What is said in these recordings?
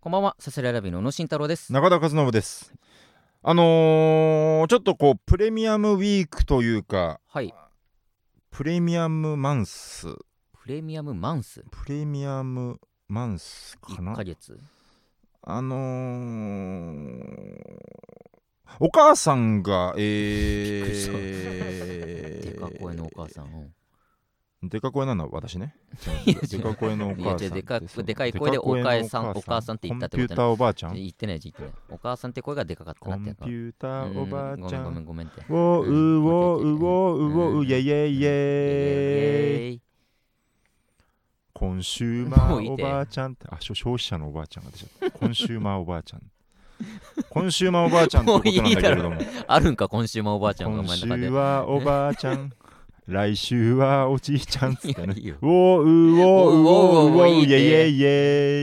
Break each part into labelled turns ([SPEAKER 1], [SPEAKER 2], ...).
[SPEAKER 1] こんばんは、サスライラビーの小野慎太郎です。
[SPEAKER 2] 中田和信ですあのーちょっとこうプレミアムウィークというか
[SPEAKER 1] はい、
[SPEAKER 2] プレミアムマンス
[SPEAKER 1] プレミアムマンス、
[SPEAKER 2] プレミアムマンスか
[SPEAKER 1] 1
[SPEAKER 2] な
[SPEAKER 1] ヶ月。
[SPEAKER 2] あのーお母さんが
[SPEAKER 1] びっくりした
[SPEAKER 2] えー
[SPEAKER 1] デカ声のお母さん。うん
[SPEAKER 2] でか声なのは私ね
[SPEAKER 1] いや
[SPEAKER 2] でか声のお母
[SPEAKER 1] い
[SPEAKER 2] さ
[SPEAKER 1] や
[SPEAKER 2] ん
[SPEAKER 1] でか
[SPEAKER 2] ですよ
[SPEAKER 1] でかい声でお母さん
[SPEAKER 2] でか声の
[SPEAKER 1] お母さんって言ったってことね
[SPEAKER 2] コンピューターおばあちゃん
[SPEAKER 1] 言ってないじゃん、言ってない。お母さんって声がでかかった
[SPEAKER 2] コ
[SPEAKER 1] な
[SPEAKER 2] ン
[SPEAKER 1] っ
[SPEAKER 2] ピ
[SPEAKER 1] て
[SPEAKER 2] ューターおばあちゃ
[SPEAKER 1] うんごめんごめんごめんって。
[SPEAKER 2] ウォーウ
[SPEAKER 1] うん
[SPEAKER 2] ォーウォーウォー
[SPEAKER 1] うん
[SPEAKER 2] ウイェイイェイイェイ
[SPEAKER 1] イェイ
[SPEAKER 2] コンシューマ
[SPEAKER 1] もういい
[SPEAKER 2] ーお
[SPEAKER 1] て
[SPEAKER 2] ばあちゃんってあしょ消費者のおばあちゃんが出ちゃったコンシューマーおばあちゃんコンシューマーおばあちゃんってことなんだけれども
[SPEAKER 1] あるんか、今週もおばあちゃんがお
[SPEAKER 2] 今
[SPEAKER 1] 前の中で。
[SPEAKER 2] 週はおばあちゃん来週はおじいちゃんっつってね
[SPEAKER 1] いやいいよ
[SPEAKER 2] ウォーウォーウォーウォーウ
[SPEAKER 1] い
[SPEAKER 2] ォー
[SPEAKER 1] い
[SPEAKER 2] イ
[SPEAKER 1] ね
[SPEAKER 2] ェイイェイイェ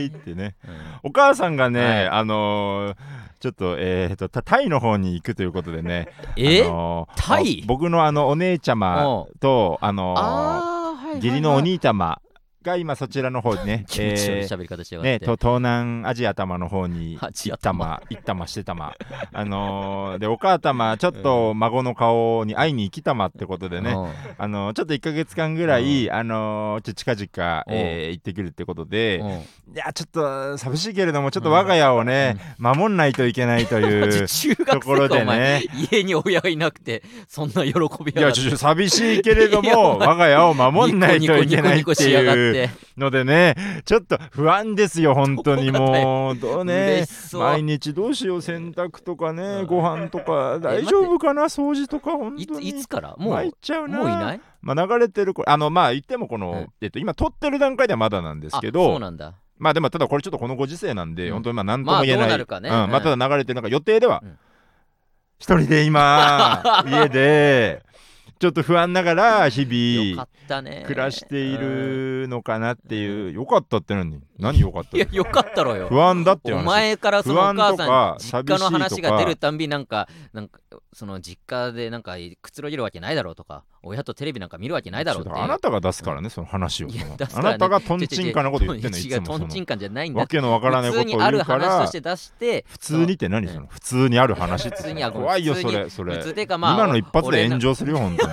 [SPEAKER 2] イってね
[SPEAKER 1] うん
[SPEAKER 2] お母さんがね、
[SPEAKER 1] はい
[SPEAKER 2] あのーちょっと,、えー、とたタイの方に行くということでね、
[SPEAKER 1] え
[SPEAKER 2] あのー
[SPEAKER 1] タイ
[SPEAKER 2] あ僕のあのお姉ちゃまとあのー
[SPEAKER 1] あーはいはいはい、
[SPEAKER 2] 義理のお兄たまが今そちらの方にね
[SPEAKER 1] 気持ち悪い
[SPEAKER 2] えー
[SPEAKER 1] 喋り方しやがっ
[SPEAKER 2] ね、
[SPEAKER 1] て。
[SPEAKER 2] と東南アジア玉の方に
[SPEAKER 1] アジ
[SPEAKER 2] 行
[SPEAKER 1] ア
[SPEAKER 2] ったま行ったましてたまあのーでお母たまちょっと孫の顔に会いに行きたまってことでね、
[SPEAKER 1] うん
[SPEAKER 2] あのーちょっと1か月間ぐらい、あのーちょ近々、えー行ってくるってことで、
[SPEAKER 1] うん
[SPEAKER 2] いやちょっと寂しいけれどもちょっと我が家をね、守んないといけない という。
[SPEAKER 1] 中学
[SPEAKER 2] とこ
[SPEAKER 1] 生
[SPEAKER 2] ろ
[SPEAKER 1] か
[SPEAKER 2] で
[SPEAKER 1] お前
[SPEAKER 2] ね
[SPEAKER 1] 家に親がいなくてそんな喜び
[SPEAKER 2] い
[SPEAKER 1] やが
[SPEAKER 2] や
[SPEAKER 1] っ
[SPEAKER 2] ち
[SPEAKER 1] て
[SPEAKER 2] ょっと寂しいけれど
[SPEAKER 1] いや
[SPEAKER 2] も
[SPEAKER 1] お前
[SPEAKER 2] 我が家を守んないといけない
[SPEAKER 1] ニ
[SPEAKER 2] っ
[SPEAKER 1] コニコニコニコ
[SPEAKER 2] て
[SPEAKER 1] しやがっ
[SPEAKER 2] いう
[SPEAKER 1] て
[SPEAKER 2] のでねちょっと不安ですよ本当にもうど
[SPEAKER 1] 嬉
[SPEAKER 2] うね
[SPEAKER 1] しそう
[SPEAKER 2] 毎日どうしよう洗濯とかね
[SPEAKER 1] うん
[SPEAKER 2] ご飯とか大丈夫かな掃除とか本
[SPEAKER 1] い
[SPEAKER 2] 当
[SPEAKER 1] つ
[SPEAKER 2] に
[SPEAKER 1] いつからもう
[SPEAKER 2] 参っちゃうな
[SPEAKER 1] もういない
[SPEAKER 2] まあ流れてるこれあのまあ言ってもこの、
[SPEAKER 1] うん
[SPEAKER 2] えっと今撮ってる段階ではまだなんですけ
[SPEAKER 1] あそう
[SPEAKER 2] ど
[SPEAKER 1] なんだ
[SPEAKER 2] まあでもただこれちょっとこのご時世なんで、
[SPEAKER 1] うん
[SPEAKER 2] 本当にまあ何とも言えな
[SPEAKER 1] ま
[SPEAKER 2] い、
[SPEAKER 1] あどうなるかね
[SPEAKER 2] うんまあただ流れてるなんか予定では、
[SPEAKER 1] うん
[SPEAKER 2] 一人で 今家でちょっと不安ながら日
[SPEAKER 1] よか
[SPEAKER 2] 々
[SPEAKER 1] ったね
[SPEAKER 2] 暮らしているのかなっていう、よかったって何何よかっ
[SPEAKER 1] うん
[SPEAKER 2] た
[SPEAKER 1] い
[SPEAKER 2] の
[SPEAKER 1] やよかったろよ
[SPEAKER 2] 不安だっていう
[SPEAKER 1] お
[SPEAKER 2] 話
[SPEAKER 1] 前からそのお母
[SPEAKER 2] 不
[SPEAKER 1] さん
[SPEAKER 2] 安とか
[SPEAKER 1] 実家の
[SPEAKER 2] 寂しい
[SPEAKER 1] 話
[SPEAKER 2] とか
[SPEAKER 1] が出るたんびなんかなんかその実家でなんかくつろげるわけないだろうとか親とテレビなんか見るわけないだろうって
[SPEAKER 2] ちょっとあなたが出すからね、その話を
[SPEAKER 1] いや
[SPEAKER 2] その
[SPEAKER 1] 出すか
[SPEAKER 2] あ
[SPEAKER 1] らね
[SPEAKER 2] なたがトンチンカンなこと言ってんのい
[SPEAKER 1] 違
[SPEAKER 2] つ
[SPEAKER 1] う
[SPEAKER 2] も
[SPEAKER 1] ト
[SPEAKER 2] そ
[SPEAKER 1] ンチ
[SPEAKER 2] の
[SPEAKER 1] ンカンじゃないんだ
[SPEAKER 2] わけのわからない
[SPEAKER 1] 普
[SPEAKER 2] こ
[SPEAKER 1] 通
[SPEAKER 2] とを
[SPEAKER 1] にあ
[SPEAKER 2] 言
[SPEAKER 1] る
[SPEAKER 2] うか
[SPEAKER 1] 話と
[SPEAKER 2] ら
[SPEAKER 1] して出して
[SPEAKER 2] 普通にって何その普通にある話って
[SPEAKER 1] 普通にあごめん
[SPEAKER 2] 怖いよ
[SPEAKER 1] 普通
[SPEAKER 2] そ
[SPEAKER 1] に
[SPEAKER 2] れそれ
[SPEAKER 1] 普通っていうかまあ
[SPEAKER 2] 今の一発
[SPEAKER 1] 俺
[SPEAKER 2] で
[SPEAKER 1] な
[SPEAKER 2] 炎上するよ 本当に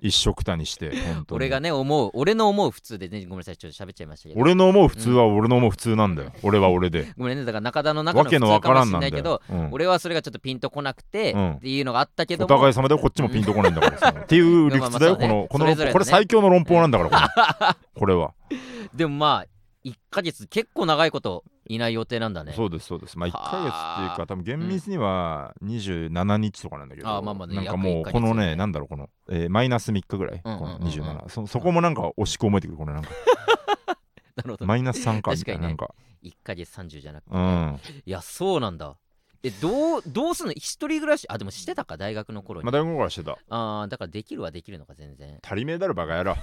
[SPEAKER 2] 一色たにして本当に
[SPEAKER 1] 俺がね思う俺の思う普通でねごめんなさいちょっと喋っちゃいましたけど
[SPEAKER 2] 俺の思う普通は俺の思う普通なんだよ俺は俺で
[SPEAKER 1] ごめんねだから中田の中の
[SPEAKER 2] わ
[SPEAKER 1] 普
[SPEAKER 2] け
[SPEAKER 1] 通
[SPEAKER 2] のわ
[SPEAKER 1] かも
[SPEAKER 2] から
[SPEAKER 1] しれ
[SPEAKER 2] んな
[SPEAKER 1] な
[SPEAKER 2] んだ
[SPEAKER 1] いけど
[SPEAKER 2] ようん
[SPEAKER 1] 俺はそれがちょっとピンとこなくて、
[SPEAKER 2] うん
[SPEAKER 1] っていうのがあったけど
[SPEAKER 2] お
[SPEAKER 1] も
[SPEAKER 2] 互い様でこっちもピンとこないんだ からさっていう理屈だよ
[SPEAKER 1] まあまあそうね
[SPEAKER 2] このこ
[SPEAKER 1] それ
[SPEAKER 2] の
[SPEAKER 1] ぞれのね
[SPEAKER 2] これ最強の論法なんだからこ れこれは
[SPEAKER 1] でもまあ1ヶ月結構長いこといない予定なんだね
[SPEAKER 2] そうですそうですまあ1ヶ月っていう
[SPEAKER 1] はあ
[SPEAKER 2] か多分厳密には27日とかなんだけど、
[SPEAKER 1] あーまあまあね
[SPEAKER 2] なんか
[SPEAKER 1] 約
[SPEAKER 2] も
[SPEAKER 1] 一
[SPEAKER 2] う
[SPEAKER 1] ヶ月
[SPEAKER 2] このねなんだろうこの、えーマイナス3日ぐらい、
[SPEAKER 1] うんうんうんうん
[SPEAKER 2] この27そそこもなんか惜しく思えてくるこ れなんか
[SPEAKER 1] なるほど
[SPEAKER 2] マイナス3かみ
[SPEAKER 1] 確か
[SPEAKER 2] たい
[SPEAKER 1] にね
[SPEAKER 2] な、なんか
[SPEAKER 1] 1ヶ月30じゃなくて、
[SPEAKER 2] うん
[SPEAKER 1] いやそうなんだえどうどうすんの一人暮らしあでもしてたか大学の頃に、
[SPEAKER 2] まあ大学からしてた
[SPEAKER 1] あーだからできるはできるのか全然
[SPEAKER 2] 足りめえだろバカ野 郎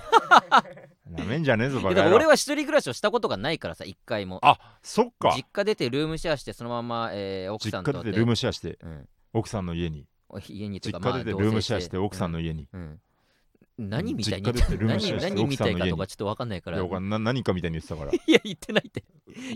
[SPEAKER 2] なめんじゃねえぞ
[SPEAKER 1] いや
[SPEAKER 2] バ
[SPEAKER 1] だ
[SPEAKER 2] カ
[SPEAKER 1] か
[SPEAKER 2] 野
[SPEAKER 1] ら
[SPEAKER 2] 郎
[SPEAKER 1] 俺は一人暮らしをしたことがないからさ1回も
[SPEAKER 2] あそっか
[SPEAKER 1] 実家出てルームシェアしてそのまま、えー奥
[SPEAKER 2] 実
[SPEAKER 1] さん
[SPEAKER 2] 家
[SPEAKER 1] と
[SPEAKER 2] 出てルームシェアして
[SPEAKER 1] うん、
[SPEAKER 2] 奥さんの家に
[SPEAKER 1] 家にという
[SPEAKER 2] 実
[SPEAKER 1] か
[SPEAKER 2] 家出て
[SPEAKER 1] まあ
[SPEAKER 2] ルームシェアして
[SPEAKER 1] 同棲
[SPEAKER 2] 奥さんの家に、
[SPEAKER 1] うん、何みたいに
[SPEAKER 2] 実家出てルームシェ
[SPEAKER 1] 何
[SPEAKER 2] アして
[SPEAKER 1] 何みたい
[SPEAKER 2] 奥さんの
[SPEAKER 1] か
[SPEAKER 2] 家
[SPEAKER 1] と
[SPEAKER 2] に
[SPEAKER 1] かちょっと分かんないから
[SPEAKER 2] いや
[SPEAKER 1] い
[SPEAKER 2] 俺な何かみたいに言って たからい
[SPEAKER 1] や言ってない って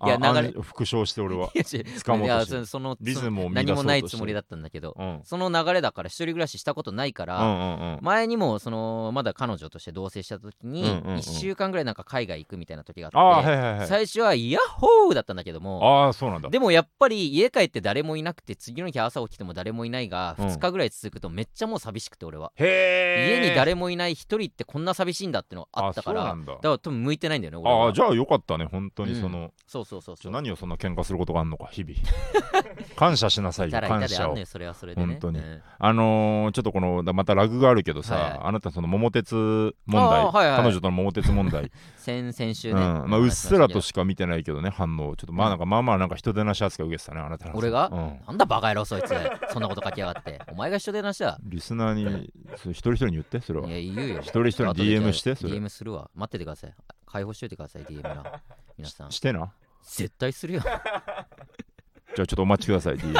[SPEAKER 1] いや流れ
[SPEAKER 2] 復唱して俺はい
[SPEAKER 1] やし
[SPEAKER 2] 掴も
[SPEAKER 1] いう
[SPEAKER 2] と
[SPEAKER 1] や
[SPEAKER 2] して
[SPEAKER 1] そその
[SPEAKER 2] リズムを
[SPEAKER 1] その
[SPEAKER 2] 乱
[SPEAKER 1] 何もない
[SPEAKER 2] そうとし
[SPEAKER 1] つ
[SPEAKER 2] て
[SPEAKER 1] もりだったんだけど
[SPEAKER 2] うんうん
[SPEAKER 1] その流れだから一人暮らししたことないか
[SPEAKER 2] う
[SPEAKER 1] ら、
[SPEAKER 2] んうん
[SPEAKER 1] 前にもそのまだ彼女として同棲した時に
[SPEAKER 2] うんうんうん
[SPEAKER 1] 1週間ぐらいなんか海外行くみたいな時が
[SPEAKER 2] あ
[SPEAKER 1] あ
[SPEAKER 2] あ
[SPEAKER 1] っ
[SPEAKER 2] ー
[SPEAKER 1] て、
[SPEAKER 2] はいはいはい
[SPEAKER 1] 最初はヤッホーだったんだけども
[SPEAKER 2] ああそうなんだ
[SPEAKER 1] でもやっぱり家帰って誰もいなくて次の日朝起きても誰もいないが
[SPEAKER 2] うん
[SPEAKER 1] 2日ぐらい続くとめっちゃもう寂しくて俺は、
[SPEAKER 2] へえ
[SPEAKER 1] 家に誰もいない1人ってこんな寂しいんだってのがあったか
[SPEAKER 2] あそう
[SPEAKER 1] ら
[SPEAKER 2] なんだ
[SPEAKER 1] だから多分向いてないんだよね俺は
[SPEAKER 2] ああじゃあよかったね本当にその、
[SPEAKER 1] そうそうそう
[SPEAKER 2] じ
[SPEAKER 1] そ
[SPEAKER 2] ゃ
[SPEAKER 1] う
[SPEAKER 2] あ何をそんな喧嘩することがあるのか日 々感謝しなさい
[SPEAKER 1] い
[SPEAKER 2] よ
[SPEAKER 1] たらいた
[SPEAKER 2] 感
[SPEAKER 1] であ
[SPEAKER 2] 謝
[SPEAKER 1] ん
[SPEAKER 2] を
[SPEAKER 1] ねそれはそれでね
[SPEAKER 2] 本当に
[SPEAKER 1] うん
[SPEAKER 2] あのーちょっとこのだまたラグがあるけどさ、
[SPEAKER 1] はいはい
[SPEAKER 2] あなたその桃鉄問題、
[SPEAKER 1] あーはいはい
[SPEAKER 2] 彼女との桃鉄問題、
[SPEAKER 1] 先先週
[SPEAKER 2] う
[SPEAKER 1] ね、
[SPEAKER 2] んまあ、うっすらとしか見てないけどね反応ちょっとまあなんかまあまあなんか人出なし扱い受けてたねあなた
[SPEAKER 1] 俺が
[SPEAKER 2] うん
[SPEAKER 1] なんだバカ野郎そいつそんなこと書きやがってお前が一緒でなしだ
[SPEAKER 2] リスナーにそう一人一人に言ってそれはい
[SPEAKER 1] や言うよ
[SPEAKER 2] 一人一人に DM してそれ
[SPEAKER 1] DM するわ待っててください解放しといてください DM な皆さん
[SPEAKER 2] してな
[SPEAKER 1] 絶対するよ
[SPEAKER 2] じゃあちょっとお待ちください DM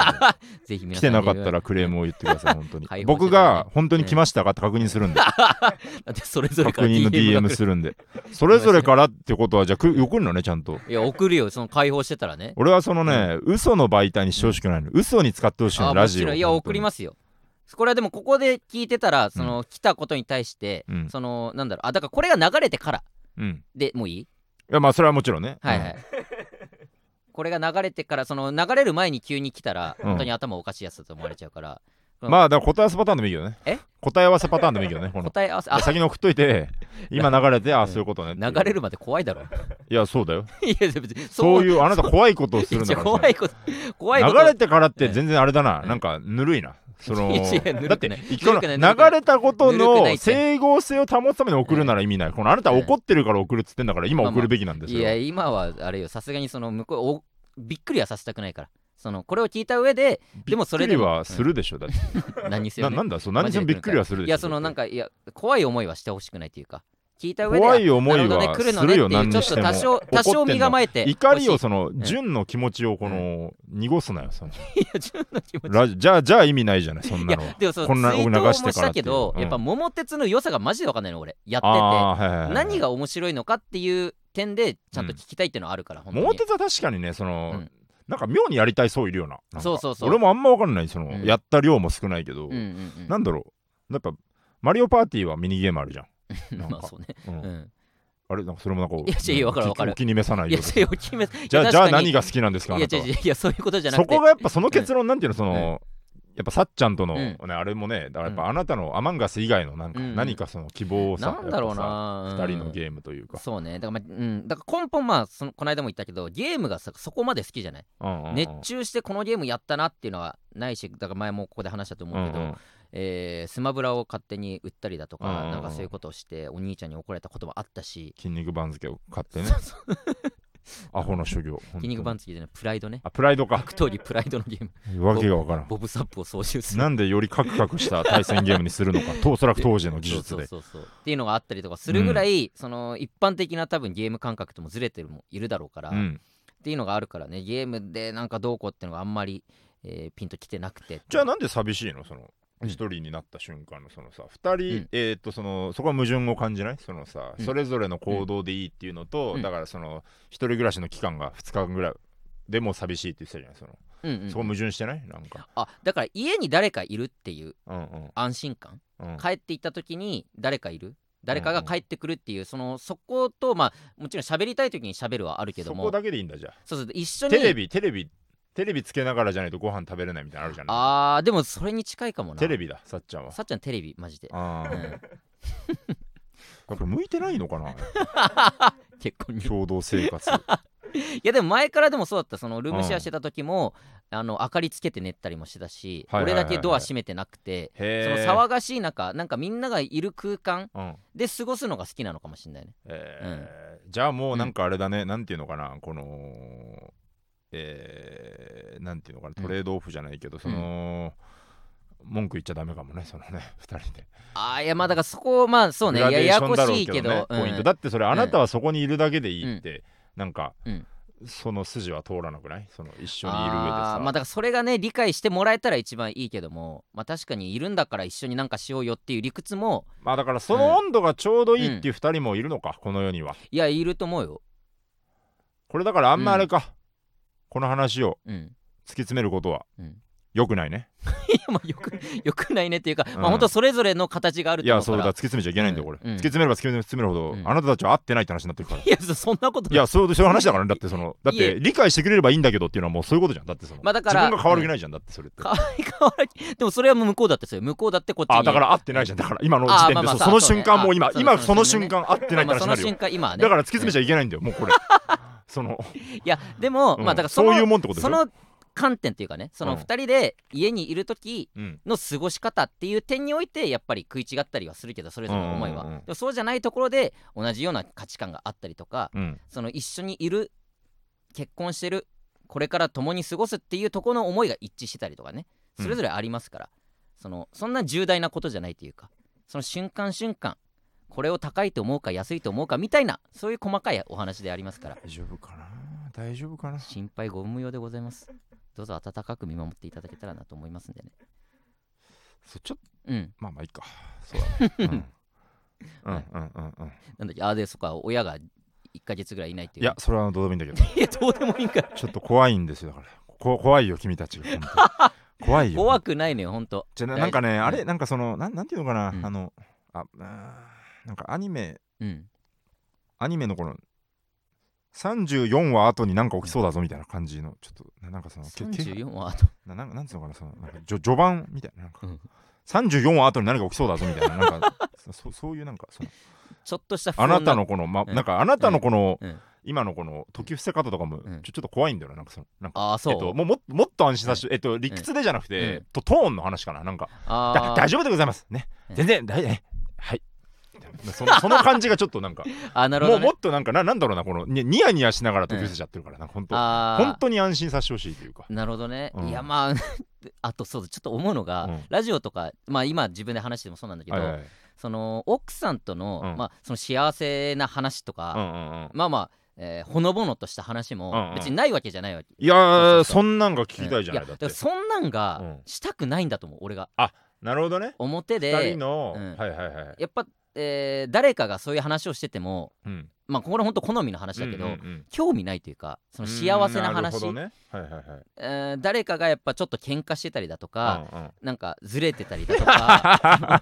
[SPEAKER 1] ぜ ひ皆
[SPEAKER 2] 来
[SPEAKER 1] さ
[SPEAKER 2] て
[SPEAKER 1] ん
[SPEAKER 2] なかったらクレームを言ってください本当に
[SPEAKER 1] 解放して
[SPEAKER 2] 僕
[SPEAKER 1] くださいね
[SPEAKER 2] が本当に来ましたかって確認する んで
[SPEAKER 1] だってそれぞれか
[SPEAKER 2] 確
[SPEAKER 1] ら
[SPEAKER 2] 認の
[SPEAKER 1] DM が
[SPEAKER 2] DM
[SPEAKER 1] 来る
[SPEAKER 2] するんでそれぞれからってことはじゃあく送るのねちゃんと
[SPEAKER 1] いや送るよその解放してたらね
[SPEAKER 2] 俺はそのね、嘘の媒体にしてほしくないの嘘に使ってほしいの
[SPEAKER 1] あ
[SPEAKER 2] ラ
[SPEAKER 1] も
[SPEAKER 2] ジ
[SPEAKER 1] ち
[SPEAKER 2] オ
[SPEAKER 1] ろんいや送りますよこれはでもここで聞いてたらその、来たことに対して、
[SPEAKER 2] うん
[SPEAKER 1] そのなんだろうあだからこれが流れてから
[SPEAKER 2] すうん
[SPEAKER 1] でもういい
[SPEAKER 2] いやまあそれはもちろんね
[SPEAKER 1] はいはい、これが流れてからその流れる前に急に来たら、
[SPEAKER 2] うん
[SPEAKER 1] 本当に頭おかしいやつだと思われちゃうから
[SPEAKER 2] うんまあだから答え合わせパターンでもいいけどね
[SPEAKER 1] え
[SPEAKER 2] 答え合わせパターンでもいいけどねこの
[SPEAKER 1] 答え合わせあ
[SPEAKER 2] 先に送っとい て今流れてあそういうことねっていう
[SPEAKER 1] 流れるまで怖いだろ
[SPEAKER 2] いやそうだよ
[SPEAKER 1] いや別に
[SPEAKER 2] そう
[SPEAKER 1] う
[SPEAKER 2] いうあなた怖いことをするんだ
[SPEAKER 1] い
[SPEAKER 2] か
[SPEAKER 1] や
[SPEAKER 2] ら
[SPEAKER 1] 怖いこと怖いこと
[SPEAKER 2] 流れてからって全然あれだな、なんかぬるいな。そ の
[SPEAKER 1] いや違うぬるくない
[SPEAKER 2] だって
[SPEAKER 1] ぬるくないぬるくな
[SPEAKER 2] 流
[SPEAKER 1] い
[SPEAKER 2] れたこと
[SPEAKER 1] ぬるくないっ
[SPEAKER 2] の
[SPEAKER 1] て
[SPEAKER 2] 整合性を保つために送るなら意味ない。このあなたは怒ってるから送るっつってんだから今
[SPEAKER 1] まあまあ
[SPEAKER 2] 送るべきなんです
[SPEAKER 1] いや
[SPEAKER 2] よ。
[SPEAKER 1] 今はあれよさすがにその向こうおびっくりはさせたくないからそのこれを聞いた上ででもそれ
[SPEAKER 2] び
[SPEAKER 1] で
[SPEAKER 2] っくり
[SPEAKER 1] も
[SPEAKER 2] はするでしょだって。
[SPEAKER 1] うん何にせよ、
[SPEAKER 2] な
[SPEAKER 1] ね、
[SPEAKER 2] なんだそう何
[SPEAKER 1] マ
[SPEAKER 2] に
[SPEAKER 1] ジで
[SPEAKER 2] もびっくりはするでしょ。
[SPEAKER 1] いやそのなんかいや怖い思いはしてほしくないというか聞いた上で
[SPEAKER 2] 怖い思い
[SPEAKER 1] なるほ
[SPEAKER 2] は
[SPEAKER 1] どね来るの
[SPEAKER 2] するよ
[SPEAKER 1] ねって
[SPEAKER 2] 何
[SPEAKER 1] いう
[SPEAKER 2] に
[SPEAKER 1] ち
[SPEAKER 2] し
[SPEAKER 1] ょってと
[SPEAKER 2] も。
[SPEAKER 1] 多少多
[SPEAKER 2] 怒
[SPEAKER 1] 少
[SPEAKER 2] ってん
[SPEAKER 1] 身
[SPEAKER 2] の
[SPEAKER 1] 構えて
[SPEAKER 2] 怒りを
[SPEAKER 1] 欲し
[SPEAKER 2] その
[SPEAKER 1] ん
[SPEAKER 2] 純の気持ちをこの濁すなよその
[SPEAKER 1] いいや純の気持ち
[SPEAKER 2] ラジじゃあじゃあ意味ないじゃないそん
[SPEAKER 1] い
[SPEAKER 2] な
[SPEAKER 1] や
[SPEAKER 2] のは
[SPEAKER 1] でもそう
[SPEAKER 2] こんな
[SPEAKER 1] ツイー
[SPEAKER 2] 僕流
[SPEAKER 1] トも
[SPEAKER 2] して
[SPEAKER 1] し
[SPEAKER 2] からったてい
[SPEAKER 1] け
[SPEAKER 2] う
[SPEAKER 1] ど、
[SPEAKER 2] うん
[SPEAKER 1] やっぱ桃鉄の良さがマジで分かんないの俺やってて、
[SPEAKER 2] あーはいはいはい
[SPEAKER 1] 何が面白いのかっていう点でちゃんと聞きたいっていうのはあるから、本当に
[SPEAKER 2] 桃鉄は確かにねその、
[SPEAKER 1] うん
[SPEAKER 2] なんか妙にやりたい層いるよななんか
[SPEAKER 1] そうそうそう
[SPEAKER 2] 俺もあんま分かんないその、
[SPEAKER 1] うん
[SPEAKER 2] やった量も少ないけど、
[SPEAKER 1] うんうんうん
[SPEAKER 2] なんだろうやっぱマリオパーティーはミニゲームあるじゃん、なんか
[SPEAKER 1] まあそうね、
[SPEAKER 2] うん
[SPEAKER 1] うん、
[SPEAKER 2] あれなんかそれもなんか
[SPEAKER 1] いや違ういやわかるわかる
[SPEAKER 2] お気に召さない
[SPEAKER 1] いや
[SPEAKER 2] よ
[SPEAKER 1] それを決め
[SPEAKER 2] じゃあじゃあ何
[SPEAKER 1] が
[SPEAKER 2] が好きなんですかあ
[SPEAKER 1] いや
[SPEAKER 2] なた
[SPEAKER 1] 違う
[SPEAKER 2] は
[SPEAKER 1] 違ういやそういうことじゃな
[SPEAKER 2] そ
[SPEAKER 1] くて
[SPEAKER 2] こがやっぱその結論、なんていうのその、やっぱさっちゃんとの、
[SPEAKER 1] うん
[SPEAKER 2] ね、あれもねだからやっ
[SPEAKER 1] う
[SPEAKER 2] ぱあなたのアマンガス以外のなんか、
[SPEAKER 1] うん
[SPEAKER 2] 何かその希望をさ
[SPEAKER 1] なんだろう
[SPEAKER 2] やっ
[SPEAKER 1] な
[SPEAKER 2] ぱさ二人のゲームというか、
[SPEAKER 1] そうねだから,、まあうん、だから根本まあそのこの間も言ったけどゲームがさそこまで好きじゃない、
[SPEAKER 2] うんうんうん
[SPEAKER 1] 熱中してこのゲームやったなっていうのはないしだから前もここで話したと思うけど、
[SPEAKER 2] うんうん
[SPEAKER 1] えースマブラを勝手に売ったりだとか、
[SPEAKER 2] うんうん
[SPEAKER 1] なんかそういうことをしてお兄ちゃんに怒られたこともあったし
[SPEAKER 2] 筋肉番付を買ってね
[SPEAKER 1] そうそう
[SPEAKER 2] アホの修行
[SPEAKER 1] 筋肉番
[SPEAKER 2] 付
[SPEAKER 1] 付じゃないプライドね
[SPEAKER 2] あプライドか
[SPEAKER 1] 格闘技プライドのゲーム
[SPEAKER 2] わけがわからん
[SPEAKER 1] ボブサップを操縦する
[SPEAKER 2] なんでよりカクカクした対戦ゲームにする のかとおそらく当時の技術で
[SPEAKER 1] そうそうそうそうっていうのがあったりとかするぐらい、その一般的な多分ゲーム感覚ともずれてるもいるだろうから、
[SPEAKER 2] う
[SPEAKER 1] っ
[SPEAKER 2] ん、
[SPEAKER 1] ていうのがあるからねゲームでなんかどうこうっていうのがあんまり、えーピンときてなくて
[SPEAKER 2] じゃあなんで寂しいのその一人になった瞬間のそのさ二人、
[SPEAKER 1] うん
[SPEAKER 2] えーっとそのそこは矛盾を感じないそのさ、
[SPEAKER 1] うん
[SPEAKER 2] それぞれの行動でいいっていうのと、
[SPEAKER 1] うん
[SPEAKER 2] だからその一人暮らしの期間が2日間ぐらいでもう寂しいって言ってたじゃないその、
[SPEAKER 1] うんうん
[SPEAKER 2] そこ矛盾してないなんか
[SPEAKER 1] あだから家に誰かいるっていう
[SPEAKER 2] うんうん
[SPEAKER 1] 安心感
[SPEAKER 2] うん
[SPEAKER 1] 帰っていった時に誰かいる誰かが帰ってくるっていうそのそことまあもちろん喋りたい時に喋るはあるけど
[SPEAKER 2] そ
[SPEAKER 1] も
[SPEAKER 2] こだけでいいんだじゃあ
[SPEAKER 1] そうそう一緒に
[SPEAKER 2] テレビテレビテレビつけながらじゃないとご飯食べれないみたいなのあるじゃない
[SPEAKER 1] あーでもそれに近いかもな
[SPEAKER 2] テレビださっちゃんは
[SPEAKER 1] さっちゃんテレビマジで、
[SPEAKER 2] あ
[SPEAKER 1] う
[SPEAKER 2] あ、
[SPEAKER 1] ん、
[SPEAKER 2] これ向い てないのかな
[SPEAKER 1] 結婚に
[SPEAKER 2] 共同生活
[SPEAKER 1] いやでも前からでもそうだったそのルームシェアしてた時も、あの明かりつけて寝たりもしてたし、
[SPEAKER 2] はいはいはいはい
[SPEAKER 1] 俺だけドア閉めてなくて、
[SPEAKER 2] へ
[SPEAKER 1] その
[SPEAKER 2] え
[SPEAKER 1] 騒がしい中なんかみんながいる空間
[SPEAKER 2] うん
[SPEAKER 1] で過ごすのが好きなのかもしれないね
[SPEAKER 2] えーじゃあもうなんかあれだね、なんていうのかなこのえー、なんていうのかなトレードオフじゃないけど、その、文句言っちゃダメかもねそのね二人で
[SPEAKER 1] ああいやまあだからそこまあそうね
[SPEAKER 2] グラ
[SPEAKER 1] や
[SPEAKER 2] デーシ
[SPEAKER 1] やや
[SPEAKER 2] ョ
[SPEAKER 1] こ
[SPEAKER 2] ンだろう
[SPEAKER 1] しいけど
[SPEAKER 2] ね
[SPEAKER 1] うん
[SPEAKER 2] ポイントだってそれあなたはそこにいるだけでいいって、なんか、
[SPEAKER 1] うん
[SPEAKER 2] その筋は通らなくないその一緒にいる上で
[SPEAKER 1] あ
[SPEAKER 2] さ
[SPEAKER 1] ーまあだからそれがね理解してもらえたら一番いいけどもまあ確かにいるんだから一緒になんかしようよっていう理屈も
[SPEAKER 2] まあだからその温度がちょうどいいっていう二人もいるのか、この世にはい
[SPEAKER 1] やいると思うよ
[SPEAKER 2] これだからあんまあれか、この話を
[SPEAKER 1] うん
[SPEAKER 2] 突き詰めることは、
[SPEAKER 1] うん
[SPEAKER 2] よくないね
[SPEAKER 1] いやまあよく よくないねっていうか、ま
[SPEAKER 2] う
[SPEAKER 1] あ
[SPEAKER 2] ん
[SPEAKER 1] 本当それぞれの形がある
[SPEAKER 2] い
[SPEAKER 1] と思
[SPEAKER 2] や
[SPEAKER 1] うか
[SPEAKER 2] そう
[SPEAKER 1] ら
[SPEAKER 2] だ突き詰めちゃいけないんだよこれ、
[SPEAKER 1] うんうん
[SPEAKER 2] 突き詰めれば突き詰めるほど、
[SPEAKER 1] うん
[SPEAKER 2] あなたたちは合ってないって話になってくから、
[SPEAKER 1] いやそそんなことない
[SPEAKER 2] いやそうそういう話だからねだってそのだっ
[SPEAKER 1] い
[SPEAKER 2] て
[SPEAKER 1] え
[SPEAKER 2] 理解してくれればいいんだけどっていうのはもうそういうことじゃんだってその、
[SPEAKER 1] まあだから
[SPEAKER 2] 自分が変わる気ないじゃん、だってそれって
[SPEAKER 1] か変わらない でもそれはもう向こうだってそうよ向こうだってこっちに
[SPEAKER 2] あだから合ってないじゃんだから今の時
[SPEAKER 1] あ
[SPEAKER 2] 点で
[SPEAKER 1] まあまあ
[SPEAKER 2] そう
[SPEAKER 1] さ
[SPEAKER 2] その瞬
[SPEAKER 1] そう
[SPEAKER 2] 間
[SPEAKER 1] ね
[SPEAKER 2] もう今
[SPEAKER 1] あそう
[SPEAKER 2] 今
[SPEAKER 1] そう
[SPEAKER 2] その
[SPEAKER 1] そうね
[SPEAKER 2] 瞬間合ってないって
[SPEAKER 1] まあまあ
[SPEAKER 2] 話
[SPEAKER 1] その
[SPEAKER 2] になるよ
[SPEAKER 1] 瞬間今はね
[SPEAKER 2] だから突き詰めちゃいけないんだよもうこれ その
[SPEAKER 1] いやでも、
[SPEAKER 2] うん
[SPEAKER 1] まあだからその
[SPEAKER 2] そういうもんってことでし
[SPEAKER 1] そ
[SPEAKER 2] ょ
[SPEAKER 1] の観点というかねその
[SPEAKER 2] うん
[SPEAKER 1] 2人で家にいる時
[SPEAKER 2] うん
[SPEAKER 1] の過ごし方っていう点においてやっぱり食い違ったりはするけどそれぞれの思いは、
[SPEAKER 2] うんうんうん
[SPEAKER 1] でもそうじゃないところで同じような価値観があったりとか
[SPEAKER 2] うん
[SPEAKER 1] その一緒にいる結婚してるこれから共に過ごすっていうところの思いが一致してたりとかねそれぞれありますから、そのそんな重大なことじゃないというかその瞬間瞬間これを高いと思うか安いと思うかみたいなそういう細かいお話でありますから
[SPEAKER 2] 大丈夫かな大丈夫かな
[SPEAKER 1] 心配ご無用でございますどうぞ温かく見守っていただけたらなと思いますんでね
[SPEAKER 2] そうちょっと
[SPEAKER 1] うん
[SPEAKER 2] まあまあいいか そうだね、うん、う
[SPEAKER 1] はい
[SPEAKER 2] んうんうんうん
[SPEAKER 1] なんだっけああでそっか親が1ヶ月ぐらいいないってい
[SPEAKER 2] い
[SPEAKER 1] い
[SPEAKER 2] うやそれはどうでもいいんだけど
[SPEAKER 1] いやどうでもいいから
[SPEAKER 2] ちょっと怖いんですよだからこ怖いよ君たちが本 当に怖いよ
[SPEAKER 1] 怖くないのよほんと
[SPEAKER 2] じゃな
[SPEAKER 1] 大
[SPEAKER 2] なんかね、
[SPEAKER 1] うん
[SPEAKER 2] あれなんかそのなんなんていうのかな、
[SPEAKER 1] うん
[SPEAKER 2] あのああーなんかアニメ
[SPEAKER 1] うん
[SPEAKER 2] アニメのこの34話後になんか起きそうだぞみたいな感じのちょっとななんかそのけけ
[SPEAKER 1] 34はあと
[SPEAKER 2] ななんなんつうのかなそのなんかじょ序盤みたいななんか、
[SPEAKER 1] うん
[SPEAKER 2] 34話後に何か起きそうだぞみたいななんか そそうそういうなんかその
[SPEAKER 1] ちょっとした不
[SPEAKER 2] あ
[SPEAKER 1] 安
[SPEAKER 2] なたのこの、ま、
[SPEAKER 1] うん
[SPEAKER 2] なんかあなたのこの、
[SPEAKER 1] うん
[SPEAKER 2] 今のこの時伏せ方とかもちょ,、
[SPEAKER 1] うん
[SPEAKER 2] ちょっと怖いんだよななんかそのなんか
[SPEAKER 1] ああそう、
[SPEAKER 2] えっと、もうもっもっと安心させて、えっと、理屈でじゃなくて、
[SPEAKER 1] うん
[SPEAKER 2] とトーンの話かななんかだ
[SPEAKER 1] あ
[SPEAKER 2] 大丈夫でございますね
[SPEAKER 1] うん
[SPEAKER 2] 全然大丈夫はいそのその感じがちょっとなんか
[SPEAKER 1] 夫あなるほ
[SPEAKER 2] もう
[SPEAKER 1] ど、ね、
[SPEAKER 2] もっとなんかななんだろうなこのにニヤニヤしながら時伏せちゃってるからな本当
[SPEAKER 1] あー
[SPEAKER 2] 本当に安心させてほしいというか
[SPEAKER 1] なるほどね、
[SPEAKER 2] うん
[SPEAKER 1] いやまあ あとそうだちょっと思うのが、
[SPEAKER 2] うん
[SPEAKER 1] ラジオとかまあ今自分で話してもそうなんだけど、
[SPEAKER 2] はいはい
[SPEAKER 1] その奥さんとの,、
[SPEAKER 2] うん
[SPEAKER 1] まあ、その幸せな話と
[SPEAKER 2] う
[SPEAKER 1] か、
[SPEAKER 2] んうんうん
[SPEAKER 1] まあまあ、えーほのぼのとした話
[SPEAKER 2] うんう
[SPEAKER 1] も
[SPEAKER 2] ん
[SPEAKER 1] 別にないわけじゃないわけ、
[SPEAKER 2] いやー
[SPEAKER 1] そうそうそう
[SPEAKER 2] そんなんが聞きたいじゃ
[SPEAKER 1] や
[SPEAKER 2] ないだっ
[SPEAKER 1] か
[SPEAKER 2] て
[SPEAKER 1] らそんなん
[SPEAKER 2] う
[SPEAKER 1] が
[SPEAKER 2] ん
[SPEAKER 1] したくないんだと思う俺が
[SPEAKER 2] なるほどね
[SPEAKER 1] 表
[SPEAKER 2] 二
[SPEAKER 1] で
[SPEAKER 2] 人の
[SPEAKER 1] うん
[SPEAKER 2] はいはいはい
[SPEAKER 1] やっぱ、えー誰かがそういう話をしてても
[SPEAKER 2] うん
[SPEAKER 1] まあこれ本当好みの話だけど、
[SPEAKER 2] うんうんうん
[SPEAKER 1] 興味ないというかその幸せな
[SPEAKER 2] うんる
[SPEAKER 1] 話
[SPEAKER 2] ほどねはいはいはい
[SPEAKER 1] えー誰かがやっぱちょっと喧嘩してたりだとか、
[SPEAKER 2] うんうん
[SPEAKER 1] なんかずれてたり だとか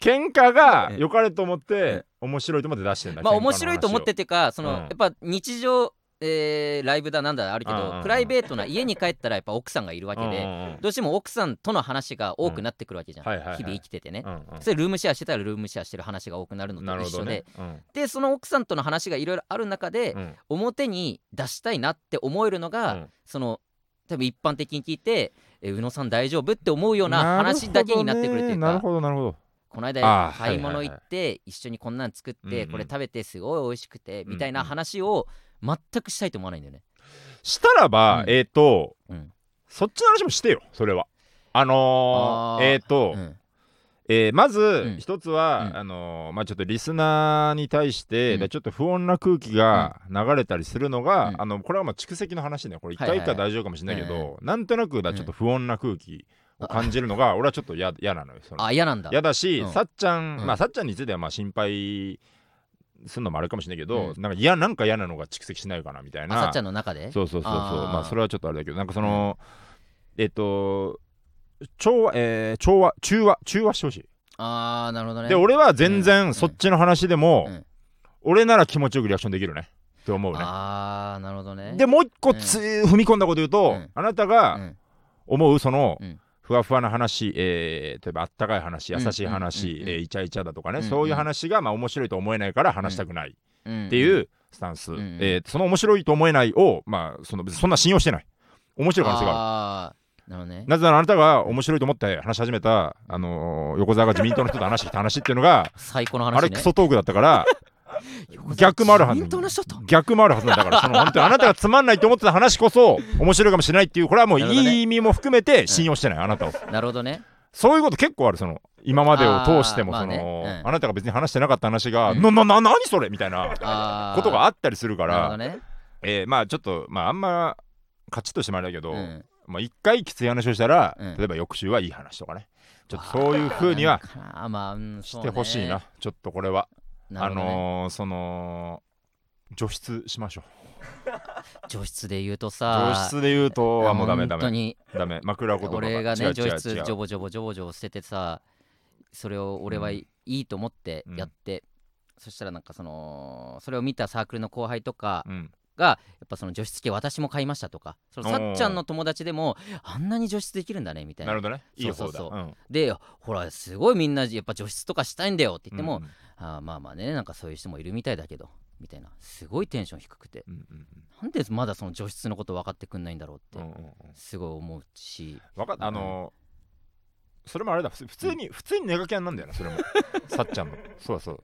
[SPEAKER 2] 喧嘩が
[SPEAKER 1] ええ
[SPEAKER 2] 良かれと思って面白いと思って出してんだ
[SPEAKER 1] まあ
[SPEAKER 2] 喧嘩の話を
[SPEAKER 1] 面白いと思ってっていうかその、
[SPEAKER 2] うん
[SPEAKER 1] やっぱ日常、えーライブだなんだあるけど、
[SPEAKER 2] うんうんうん
[SPEAKER 1] プライベートな家に帰ったらやっぱ奥さんがいるわけで、
[SPEAKER 2] うんうんうん
[SPEAKER 1] どうしても奥さんとの話が多くなってくるわけじゃん、
[SPEAKER 2] うんはいはいはい
[SPEAKER 1] 日々生きててね、
[SPEAKER 2] うんうん
[SPEAKER 1] それルームシェアしてたらルームシェアしてる話が多くなるの
[SPEAKER 2] なる
[SPEAKER 1] と
[SPEAKER 2] ほ
[SPEAKER 1] 一緒
[SPEAKER 2] ど
[SPEAKER 1] で、
[SPEAKER 2] ねうん
[SPEAKER 1] でその奥さんとの話がいろいろある中で、
[SPEAKER 2] うん
[SPEAKER 1] 表に出したいなって思えるのが、
[SPEAKER 2] うん
[SPEAKER 1] その多分一般的に聞いて「え宇野さん大丈夫?」って思うような話だけになってくるという
[SPEAKER 2] なる
[SPEAKER 1] か
[SPEAKER 2] ほどねなるほどなるほど
[SPEAKER 1] この
[SPEAKER 2] あ
[SPEAKER 1] 間
[SPEAKER 2] ー
[SPEAKER 1] 買い
[SPEAKER 2] は
[SPEAKER 1] 物
[SPEAKER 2] い
[SPEAKER 1] 行
[SPEAKER 2] はい
[SPEAKER 1] っ
[SPEAKER 2] はい
[SPEAKER 1] て一緒にこんなん作っ
[SPEAKER 2] うんう
[SPEAKER 1] て
[SPEAKER 2] ん
[SPEAKER 1] これ食べてすごい美味しくてみたい
[SPEAKER 2] うん
[SPEAKER 1] な
[SPEAKER 2] うん
[SPEAKER 1] 話を全くしたいと思わないんだよね。
[SPEAKER 2] したらば、
[SPEAKER 1] うん
[SPEAKER 2] えっ、と
[SPEAKER 1] うん
[SPEAKER 2] そっちの話もしてよそれはあの
[SPEAKER 1] あ
[SPEAKER 2] ー
[SPEAKER 1] ー
[SPEAKER 2] えっ、と、
[SPEAKER 1] うん
[SPEAKER 2] えーまず
[SPEAKER 1] ん
[SPEAKER 2] 一つは、
[SPEAKER 1] うん
[SPEAKER 2] あのーまあちょっとリスナーに対して、
[SPEAKER 1] うん
[SPEAKER 2] だちょっと不穏な空気が流れたりするのが、
[SPEAKER 1] うん
[SPEAKER 2] あのこれはまあ蓄積の話ねこれ一
[SPEAKER 1] は
[SPEAKER 2] 回
[SPEAKER 1] いは
[SPEAKER 2] 一
[SPEAKER 1] いは
[SPEAKER 2] 回
[SPEAKER 1] い
[SPEAKER 2] 大丈夫かもしれないけど、
[SPEAKER 1] うん
[SPEAKER 2] なんとなくだちょっと不穏な空気を感じるの が、俺はちょっと嫌嫌なのよその
[SPEAKER 1] あ嫌なんだ。
[SPEAKER 2] 嫌だし、
[SPEAKER 1] うん
[SPEAKER 2] さっちゃん、
[SPEAKER 1] うん
[SPEAKER 2] まあさっちゃんについてはまあ心配するのもあるかもしれないけど、
[SPEAKER 1] う
[SPEAKER 2] なんか嫌なんか嫌なのが蓄積しないかなみたいな
[SPEAKER 1] 朝ちゃんの中で
[SPEAKER 2] そうそうそうそう
[SPEAKER 1] あー
[SPEAKER 2] まあそれはちょっとあれだけどなんかその、えっと調和えー調和中和中和してほしい、
[SPEAKER 1] ああなるほどね。
[SPEAKER 2] で俺は全
[SPEAKER 1] う
[SPEAKER 2] 然
[SPEAKER 1] ん
[SPEAKER 2] そっちの話でも、
[SPEAKER 1] うん
[SPEAKER 2] 俺なら気持ちよくリアクションできるねって思うね
[SPEAKER 1] ああなるほどね。
[SPEAKER 2] でもう一個
[SPEAKER 1] うん
[SPEAKER 2] つ、踏み込んだこと言うと、
[SPEAKER 1] うん
[SPEAKER 2] あなた
[SPEAKER 1] う
[SPEAKER 2] が
[SPEAKER 1] ん
[SPEAKER 2] 思うその、
[SPEAKER 1] うん
[SPEAKER 2] ふわふわな話、えー例えばあったかい話優しい話、
[SPEAKER 1] うんうんうんうん
[SPEAKER 2] えーイチャイチャだとかね、
[SPEAKER 1] うんうん
[SPEAKER 2] そういう話がまあ面白いと思えないから話したくない
[SPEAKER 1] うん
[SPEAKER 2] っていうスタンス、
[SPEAKER 1] うんうん
[SPEAKER 2] えーその面白いと思えないを、まあ、その別にそんな信用してない面白い可能性がある
[SPEAKER 1] あーなるほどね。
[SPEAKER 2] なぜならあなたが面白いと思って話し始めた、あのー横澤が自民党の人と話してきた話っていうのが、
[SPEAKER 1] 最高の話ね。
[SPEAKER 2] あれクソトークだった から、逆もあるはず
[SPEAKER 1] 自民党の人と
[SPEAKER 2] 逆もあるはずなんだから、その本当にあなたがつまんないと思ってた話こそ、面白いかもしれないっていう、これはもう
[SPEAKER 1] なるほどね
[SPEAKER 2] いい意味も含めて信用してない、あなたを。
[SPEAKER 1] なるほどね。
[SPEAKER 2] そういうこと結構ある、その、今までを通しても、
[SPEAKER 1] あー
[SPEAKER 2] その、
[SPEAKER 1] まあ
[SPEAKER 2] あ
[SPEAKER 1] ねうん
[SPEAKER 2] なたが別に話してなかった話が、
[SPEAKER 1] うん
[SPEAKER 2] な、な、な、何それみたいな
[SPEAKER 1] あ
[SPEAKER 2] ことが
[SPEAKER 1] あ
[SPEAKER 2] あったりするか、
[SPEAKER 1] からなるほどね。
[SPEAKER 2] えーまあちょっと、まああんま、勝ちとしてもあれだけど、
[SPEAKER 1] うん
[SPEAKER 2] まあ、一回きつい話をしたら、
[SPEAKER 1] うん
[SPEAKER 2] 例えば翌週はいい話とかねちょっとそういう風には
[SPEAKER 1] なんかなまあうんそ
[SPEAKER 2] し
[SPEAKER 1] う
[SPEAKER 2] て
[SPEAKER 1] ね
[SPEAKER 2] ほしいな、ちょっとこれは、
[SPEAKER 1] な
[SPEAKER 2] あ
[SPEAKER 1] るほどね
[SPEAKER 2] のーその除室しましょう
[SPEAKER 1] 除室で言うと
[SPEAKER 2] 除
[SPEAKER 1] さ
[SPEAKER 2] 室で言うとはもうダメダ
[SPEAKER 1] 本当
[SPEAKER 2] メ
[SPEAKER 1] に
[SPEAKER 2] ダメ枕言葉
[SPEAKER 1] 俺が
[SPEAKER 2] 違
[SPEAKER 1] ね
[SPEAKER 2] う違
[SPEAKER 1] 除
[SPEAKER 2] う
[SPEAKER 1] 室
[SPEAKER 2] 違う
[SPEAKER 1] ジョボジョボジョボジョボ捨ててさそれを俺は
[SPEAKER 2] うん
[SPEAKER 1] いいいと思ってやって、そしたらなんかそのそれを見たサークルの後輩とか
[SPEAKER 2] うん、
[SPEAKER 1] がやっぱその除室系私も買いましたとかその
[SPEAKER 2] おー
[SPEAKER 1] さっちゃんの友達でもあんなに除室できるんだねみたい
[SPEAKER 2] なる
[SPEAKER 1] な
[SPEAKER 2] ほどねいい方だ
[SPEAKER 1] そうそうそ
[SPEAKER 2] ん
[SPEAKER 1] でほらすごいみんなやっぱ除室とかしたいんだよって言っても、
[SPEAKER 2] うん
[SPEAKER 1] あーまあまあねなんかそういう人もいるみたいだけどみたいなすごいテンション低くて
[SPEAKER 2] うんうん
[SPEAKER 1] なんでまだその除室のこと分かってくんないんだろう
[SPEAKER 2] うんう
[SPEAKER 1] っ
[SPEAKER 2] ん
[SPEAKER 1] て
[SPEAKER 2] うんうん
[SPEAKER 1] すごい思うし、
[SPEAKER 2] わかっあのーそれもあれだ普通普通に普通に寝かけんなんだよなそ れもさっちゃんのそうそう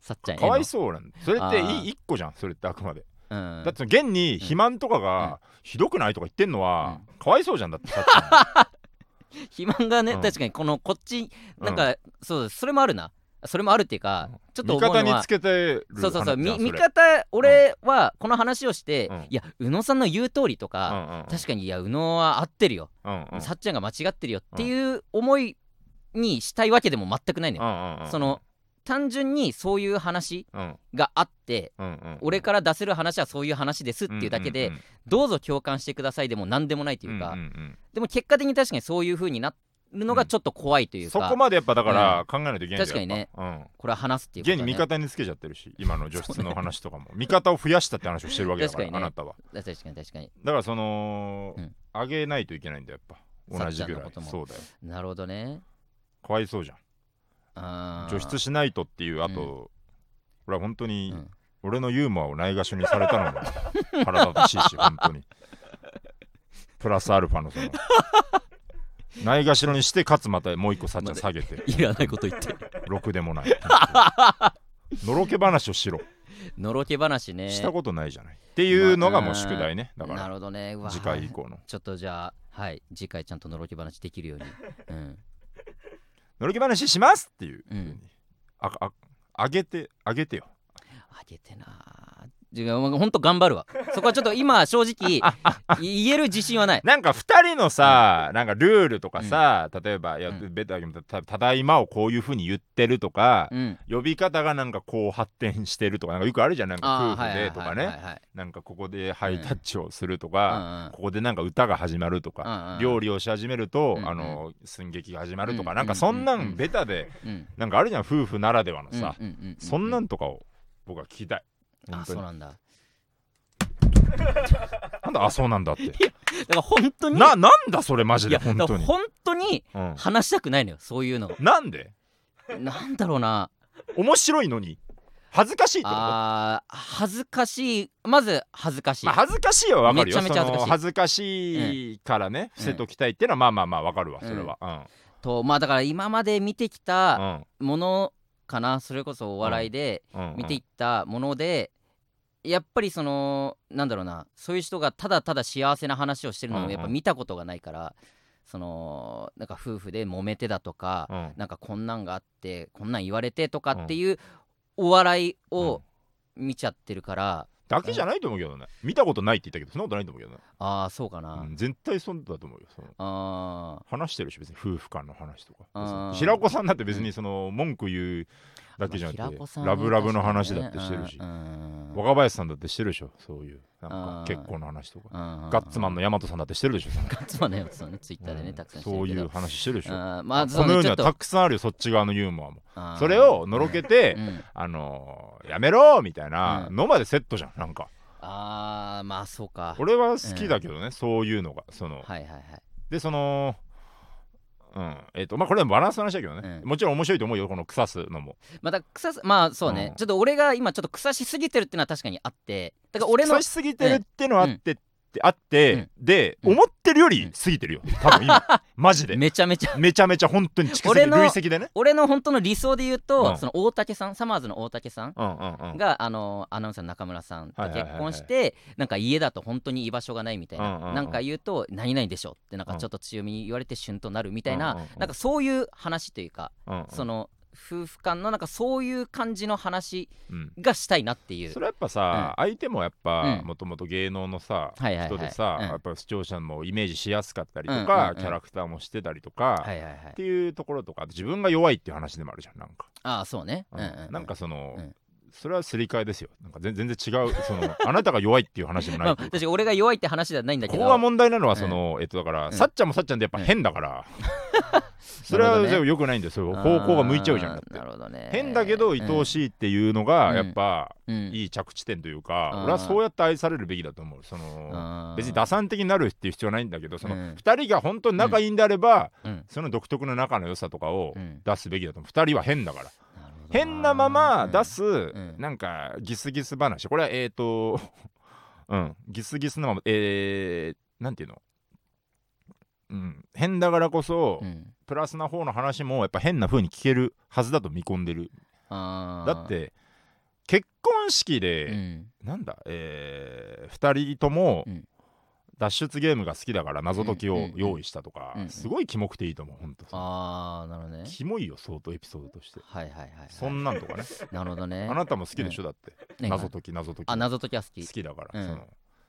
[SPEAKER 1] さっちゃんへ
[SPEAKER 2] か
[SPEAKER 1] の
[SPEAKER 2] わいそうなんだそれって
[SPEAKER 1] あー
[SPEAKER 2] いい一個じゃんそれってあくまで
[SPEAKER 1] うん
[SPEAKER 2] だってその現に肥満とかがひどくないとか言ってんのはかわいそうじゃん だってさっ
[SPEAKER 1] 肥満がね、
[SPEAKER 2] うん
[SPEAKER 1] 確かにこのこっち
[SPEAKER 2] うん
[SPEAKER 1] なんか、そうだそれもあるなそれもあるっていうか
[SPEAKER 2] うん
[SPEAKER 1] ちょっと
[SPEAKER 2] 味
[SPEAKER 1] 思う
[SPEAKER 2] 方
[SPEAKER 1] の
[SPEAKER 2] に
[SPEAKER 1] は
[SPEAKER 2] つけてる
[SPEAKER 1] そうそうそう
[SPEAKER 2] 話じゃ
[SPEAKER 1] み
[SPEAKER 2] ん
[SPEAKER 1] 見
[SPEAKER 2] れ
[SPEAKER 1] 方俺はこの話をして、
[SPEAKER 2] うん
[SPEAKER 1] いや宇野さんの言う通りと
[SPEAKER 2] うん
[SPEAKER 1] か、
[SPEAKER 2] うんうん
[SPEAKER 1] 確かにいや宇野は合ってるよ、
[SPEAKER 2] うんうん
[SPEAKER 1] さっちゃんが間違ってるよっていう思いにしたいわけでも全くないのよ、
[SPEAKER 2] うんうんうん
[SPEAKER 1] その単純にそういう話
[SPEAKER 2] うん
[SPEAKER 1] があって
[SPEAKER 2] うんうん
[SPEAKER 1] 俺から出せる話はそういう話ですっていうだけで、
[SPEAKER 2] んんん
[SPEAKER 1] どうぞ共感してくださいでも何でもないというか、
[SPEAKER 2] んん
[SPEAKER 1] でも結果的に確かにそういう風になるのがちょっと怖いと
[SPEAKER 2] う
[SPEAKER 1] い
[SPEAKER 2] ん
[SPEAKER 1] う
[SPEAKER 2] そ
[SPEAKER 1] か、
[SPEAKER 2] こまでやっぱだから考えないといけないんだよ
[SPEAKER 1] 確かにね
[SPEAKER 2] やっぱうん
[SPEAKER 1] これは話すっていうこと
[SPEAKER 2] 現
[SPEAKER 1] だ
[SPEAKER 2] に
[SPEAKER 1] ね
[SPEAKER 2] 味方につけちゃってるし 今の女室の話とかも味方を増やしたって話をしてるわけだから
[SPEAKER 1] 確か
[SPEAKER 2] あ
[SPEAKER 1] にね
[SPEAKER 2] なたは
[SPEAKER 1] 確かに確かに
[SPEAKER 2] だからその
[SPEAKER 1] うん
[SPEAKER 2] あげないといけないんだよやっぱ同じぐら
[SPEAKER 1] さっ
[SPEAKER 2] い
[SPEAKER 1] ちゃんのこと
[SPEAKER 2] そうだよ
[SPEAKER 1] なるほどね
[SPEAKER 2] かわいそうじゃん
[SPEAKER 1] あー
[SPEAKER 2] 除出しないとっていうあと俺は本当に
[SPEAKER 1] うん
[SPEAKER 2] 俺のユーモアをないがしろにされた のも腹立たしいし本当にプラスアルファのそのないがしろにしてかつまたもう一個さっちゃん下げて
[SPEAKER 1] いらないこと言って
[SPEAKER 2] ろくでもないのろけ話を しろ
[SPEAKER 1] のろけ話ね
[SPEAKER 2] したことないじゃないっていうのがもう宿題ねだか
[SPEAKER 1] なる
[SPEAKER 2] ら
[SPEAKER 1] ほどねうわ
[SPEAKER 2] 次回以降の
[SPEAKER 1] ちょっとじゃあはい次回ちゃんとのろけ話できるように、うん、
[SPEAKER 2] のろけ話しますっていう
[SPEAKER 1] うん
[SPEAKER 2] ふうにあああげてあげてよ
[SPEAKER 1] あげてなあじゃあほんと頑張るわそこはちょっと今正 直い言える自信はない
[SPEAKER 2] なんか二人のさ、なんかルールとかさ、例えば「いや
[SPEAKER 1] うん
[SPEAKER 2] ベタだけどたただいま」をこういうふうに言ってるとか、
[SPEAKER 1] うん
[SPEAKER 2] 呼び方がなんかこう発展してるとかなんかよくあるじゃんなんか
[SPEAKER 1] あ
[SPEAKER 2] 夫婦でとか
[SPEAKER 1] は
[SPEAKER 2] ね、
[SPEAKER 1] いはいはいはい
[SPEAKER 2] なんかここでハイタッチをするとか、
[SPEAKER 1] うんうん
[SPEAKER 2] ここでなんか歌が始まるとか、
[SPEAKER 1] うんうん
[SPEAKER 2] 料理をし始めると、
[SPEAKER 1] うんうん
[SPEAKER 2] あの寸劇が始まるとか、
[SPEAKER 1] うん
[SPEAKER 2] なんかそんな
[SPEAKER 1] うん
[SPEAKER 2] んベタで
[SPEAKER 1] うん
[SPEAKER 2] なんかあるじゃん夫婦ならではの
[SPEAKER 1] うん
[SPEAKER 2] さ、
[SPEAKER 1] うんうんうん
[SPEAKER 2] そんなんとかを僕は聞きたい。
[SPEAKER 1] あ
[SPEAKER 2] 本
[SPEAKER 1] そ
[SPEAKER 2] 当
[SPEAKER 1] う
[SPEAKER 2] に
[SPEAKER 1] なんだだ
[SPEAKER 2] なんだあそうなんだって
[SPEAKER 1] から本当に
[SPEAKER 2] ななんだそれマジ
[SPEAKER 1] い
[SPEAKER 2] で
[SPEAKER 1] や
[SPEAKER 2] 本
[SPEAKER 1] だか
[SPEAKER 2] 当
[SPEAKER 1] ら
[SPEAKER 2] に、
[SPEAKER 1] 本当に
[SPEAKER 2] うん、
[SPEAKER 1] 話したくないのよそういうの
[SPEAKER 2] なんで
[SPEAKER 1] なんだろうな
[SPEAKER 2] 面白いのに恥ずかしいってこと
[SPEAKER 1] あー恥ずかしいまず恥ずかしい、
[SPEAKER 2] まあ、恥ずかしいはわかる
[SPEAKER 1] め
[SPEAKER 2] よ
[SPEAKER 1] ちゃめちゃ恥ずかしい
[SPEAKER 2] その恥ずかしいからね、伏せときたいっていうのはまあまあまあわかるわ
[SPEAKER 1] うん
[SPEAKER 2] それは、うん
[SPEAKER 1] とまあだから今まで見てきたものかなそれこそお笑いで
[SPEAKER 2] うんうん
[SPEAKER 1] 見ていったものでやっぱりそのなんだろうなそういう人がただただ幸せな話をしてるの
[SPEAKER 2] うん
[SPEAKER 1] も
[SPEAKER 2] うん
[SPEAKER 1] やっぱ見たことがないからそのなんか夫婦で揉めてだとか
[SPEAKER 2] うんうん
[SPEAKER 1] なんかこんなんがあってこんなん言われてとかっていうお笑いを見ちゃってるから
[SPEAKER 2] だけじゃないと思うけどね見たことないって言ったけどそんなことないと思うけどね、
[SPEAKER 1] ああそうかな、
[SPEAKER 2] うん絶対そうだと思うよその
[SPEAKER 1] あー
[SPEAKER 2] 話してるし別に夫婦間の話とか別に
[SPEAKER 1] うん
[SPEAKER 2] 平子さんだって別にその文句言うだけじゃなくて、
[SPEAKER 1] まあ平子さんね
[SPEAKER 2] ラブラブの話だってしてるし、
[SPEAKER 1] うんうん
[SPEAKER 2] 若林さんだってしてるでしょそういうなんか
[SPEAKER 1] うん
[SPEAKER 2] 結婚の話とか、
[SPEAKER 1] うん
[SPEAKER 2] ガッツマンの大和さんだってしてるでしょその
[SPEAKER 1] ガッツマンのやつをねツイッターで
[SPEAKER 2] う
[SPEAKER 1] ね
[SPEAKER 2] ん
[SPEAKER 1] たくさんしてる
[SPEAKER 2] そう
[SPEAKER 1] け
[SPEAKER 2] い
[SPEAKER 1] ど
[SPEAKER 2] う話してるでしょ
[SPEAKER 1] あーまあそ
[SPEAKER 2] この世
[SPEAKER 1] の
[SPEAKER 2] に
[SPEAKER 1] ちょ
[SPEAKER 2] は
[SPEAKER 1] っと
[SPEAKER 2] たくさんあるよそっち側のユーモアも
[SPEAKER 1] あー
[SPEAKER 2] それをのろけて、
[SPEAKER 1] うん
[SPEAKER 2] あのーやめろみたいな
[SPEAKER 1] うん
[SPEAKER 2] のまでセットじゃんなんか
[SPEAKER 1] あーまあそうか
[SPEAKER 2] 俺は好きだけどね、そういうのがその
[SPEAKER 1] はいはいはい
[SPEAKER 2] でそのうんえっ、とまあこれはバランスの話だけどね、
[SPEAKER 1] うん
[SPEAKER 2] もちろん面白いと思うよこの腐すのも
[SPEAKER 1] また草すまあそうね、
[SPEAKER 2] うん
[SPEAKER 1] ちょっと俺が今ちょっと草しすぎてるっていうのは確かにあってだから俺の
[SPEAKER 2] 腐しすぎてるってのはあって、ってあって、
[SPEAKER 1] うん
[SPEAKER 2] で、
[SPEAKER 1] うん
[SPEAKER 2] 思ってるより過ぎてるよ多分 今マジで
[SPEAKER 1] めちゃめちゃ
[SPEAKER 2] めちゃめちゃ本当に蓄
[SPEAKER 1] 俺
[SPEAKER 2] 積
[SPEAKER 1] の
[SPEAKER 2] 累積でね
[SPEAKER 1] 俺の本当の理想で言うと、
[SPEAKER 2] うん
[SPEAKER 1] その大竹さんサマーズの大竹さん
[SPEAKER 2] うんうんうん
[SPEAKER 1] が、あのアナウンサーの中村さんと
[SPEAKER 2] はいはい
[SPEAKER 1] 結
[SPEAKER 2] はいは
[SPEAKER 1] 婚
[SPEAKER 2] い
[SPEAKER 1] して、なんか家だと本当に居場所がないみたいな、
[SPEAKER 2] うんうんうん
[SPEAKER 1] なんか言うと何々でしょってなんかちょっと強みに言われて旬となるみたいな、
[SPEAKER 2] うんうんうん
[SPEAKER 1] なんかそういう話というか、
[SPEAKER 2] うんうん
[SPEAKER 1] その夫婦間のなんかそういう感じの話
[SPEAKER 2] うん
[SPEAKER 1] がしたいなっていう
[SPEAKER 2] それはやっぱさ、相手もやっぱ
[SPEAKER 1] うん
[SPEAKER 2] もともと芸能のさ、
[SPEAKER 1] はいはいはい
[SPEAKER 2] 人でさ、
[SPEAKER 1] うん
[SPEAKER 2] やっぱ視聴者もイメージしやすかったりと
[SPEAKER 1] うんうんう
[SPEAKER 2] か、
[SPEAKER 1] ん
[SPEAKER 2] キャラクターもしてたりとか、
[SPEAKER 1] はいはいはい
[SPEAKER 2] っていうところとかあと自分が弱いっていう話でもあるじゃんなんか、
[SPEAKER 1] ああそうね、う
[SPEAKER 2] うんん
[SPEAKER 1] うんうん
[SPEAKER 2] なんかその、
[SPEAKER 1] うん
[SPEAKER 2] それはすり替えですよなんか全全然違うその あなたが弱いっていう話でも
[SPEAKER 1] ま
[SPEAKER 2] な
[SPEAKER 1] あ、
[SPEAKER 2] いとい
[SPEAKER 1] 確
[SPEAKER 2] うか
[SPEAKER 1] かに俺が弱いって話ではないんだけ
[SPEAKER 2] こ
[SPEAKER 1] ど
[SPEAKER 2] こが問題なのはその、えっとだから、
[SPEAKER 1] ん
[SPEAKER 2] さっちゃんもさっちゃんでやっぱ変 だから、それ
[SPEAKER 1] なるほど
[SPEAKER 2] は
[SPEAKER 1] ね
[SPEAKER 2] 全部良くないんですよ方向が向いちゃうじゃんだって
[SPEAKER 1] あーなるほどね
[SPEAKER 2] 変だけど愛おしいっていうのが
[SPEAKER 1] うん
[SPEAKER 2] やっぱ
[SPEAKER 1] うんうん
[SPEAKER 2] いい着地点というか、
[SPEAKER 1] うん
[SPEAKER 2] 俺はそうやって愛されるべきだと思うその
[SPEAKER 1] あー
[SPEAKER 2] 別に打算的になるっていう必要はないんだけどその
[SPEAKER 1] うん
[SPEAKER 2] 2人が本当に仲いいんであれば、
[SPEAKER 1] うん
[SPEAKER 2] その独特の仲の良さとかを
[SPEAKER 1] うん
[SPEAKER 2] 出すべきだと思う2人は変だから
[SPEAKER 1] なるほど
[SPEAKER 2] 変なまま出す、
[SPEAKER 1] ん
[SPEAKER 2] なんかギスギス話これはえーと うんギスギスのままえー、なんていうのうん変だからこそ、
[SPEAKER 1] うんうん
[SPEAKER 2] プラスな方の話もやっぱ変な風に聞けるはずだと見込んでる
[SPEAKER 1] あ
[SPEAKER 2] だ
[SPEAKER 1] ー
[SPEAKER 2] って結婚式で、
[SPEAKER 1] うん
[SPEAKER 2] なんだえー、2人とも、
[SPEAKER 1] うん
[SPEAKER 2] 脱出ゲームが好きだから謎解きを用意したとか、
[SPEAKER 1] うんうんうん
[SPEAKER 2] すごいキモくていいと思うほんとさ
[SPEAKER 1] ああなるほどね
[SPEAKER 2] キモいよ相当エピソードとして
[SPEAKER 1] はいはいはいはい
[SPEAKER 2] そんなんとかね
[SPEAKER 1] なるほど ね
[SPEAKER 2] あなたも好きでしょだって
[SPEAKER 1] ね
[SPEAKER 2] 謎解き謎解き
[SPEAKER 1] あ謎解きは好き
[SPEAKER 2] 好きだか
[SPEAKER 1] う
[SPEAKER 2] ら
[SPEAKER 1] ん
[SPEAKER 2] その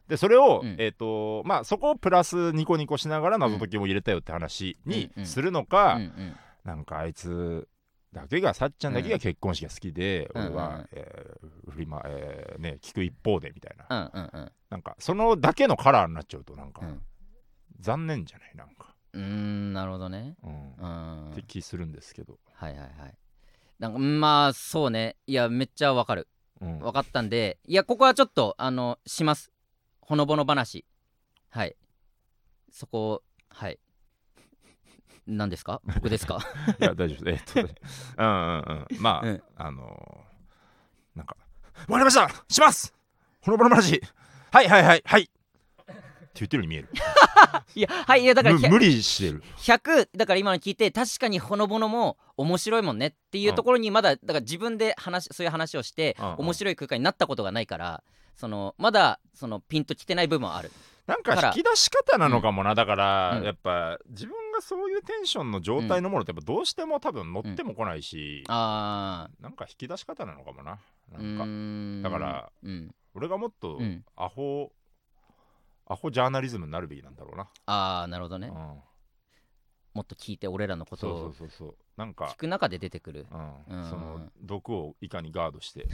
[SPEAKER 2] でそれを
[SPEAKER 1] うん
[SPEAKER 2] えっとまあそこをプラスニコニコしながら謎解きも入れたよって話に
[SPEAKER 1] うんうん
[SPEAKER 2] するの
[SPEAKER 1] うんう
[SPEAKER 2] か
[SPEAKER 1] ん
[SPEAKER 2] なんかあいつだけがさっちゃんだけが結婚式が好きで
[SPEAKER 1] うんう
[SPEAKER 2] 俺
[SPEAKER 1] んうん
[SPEAKER 2] はえー振りまえーね聞く一方でみたいな
[SPEAKER 1] うんうんうん
[SPEAKER 2] なんかそのだけのカラーになっちゃうとなんか
[SPEAKER 1] うん
[SPEAKER 2] 残念じゃないなんか
[SPEAKER 1] うーんなるほどね
[SPEAKER 2] うん
[SPEAKER 1] うんは
[SPEAKER 2] っ
[SPEAKER 1] い
[SPEAKER 2] て気するんですけど
[SPEAKER 1] はいはいなんかまあそうねいやめっちゃわかる
[SPEAKER 2] うん
[SPEAKER 1] わかったんでいやここはちょっとあのしますほのぼの話はいそこをはい何ですか僕ですか
[SPEAKER 2] いや大丈夫です。えっと、うんうんうん。ま あ、
[SPEAKER 1] うん
[SPEAKER 2] あのー、なんか、わかりましたしますほのぼの話はいはいはいはいって言ってるよう に見える。
[SPEAKER 1] いやはいいやだから
[SPEAKER 2] む無理してる。
[SPEAKER 1] 100だから今の聞いて確かにほのぼのも面白いもんねっていうところにまだだから自分で話そういう話をして
[SPEAKER 2] うんうん
[SPEAKER 1] 面白い空間になったことがないからそのまだそのピンときてない部分はある
[SPEAKER 2] なん
[SPEAKER 1] だか
[SPEAKER 2] から引き出し方なのかもな。だから、
[SPEAKER 1] うん
[SPEAKER 2] やっぱ自分がそういうテンションの状態のものってやっぱどうしても多分乗ってもこないし、
[SPEAKER 1] あ
[SPEAKER 2] なんか引き出し方なのかもな。
[SPEAKER 1] ー
[SPEAKER 2] な
[SPEAKER 1] うん
[SPEAKER 2] か、
[SPEAKER 1] ーん
[SPEAKER 2] だから
[SPEAKER 1] うん
[SPEAKER 2] 俺がもっと
[SPEAKER 1] うん
[SPEAKER 2] アホ、アホジャーナリズムになるべきなんだろうな。
[SPEAKER 1] ああなるほど
[SPEAKER 2] う
[SPEAKER 1] ね
[SPEAKER 2] ん、
[SPEAKER 1] もっと聞いて俺らのこと
[SPEAKER 2] そうそ
[SPEAKER 1] を
[SPEAKER 2] うそうそう。なんか
[SPEAKER 1] 聞、く中で出てくる
[SPEAKER 2] うん
[SPEAKER 1] うん
[SPEAKER 2] その毒をいかにガードして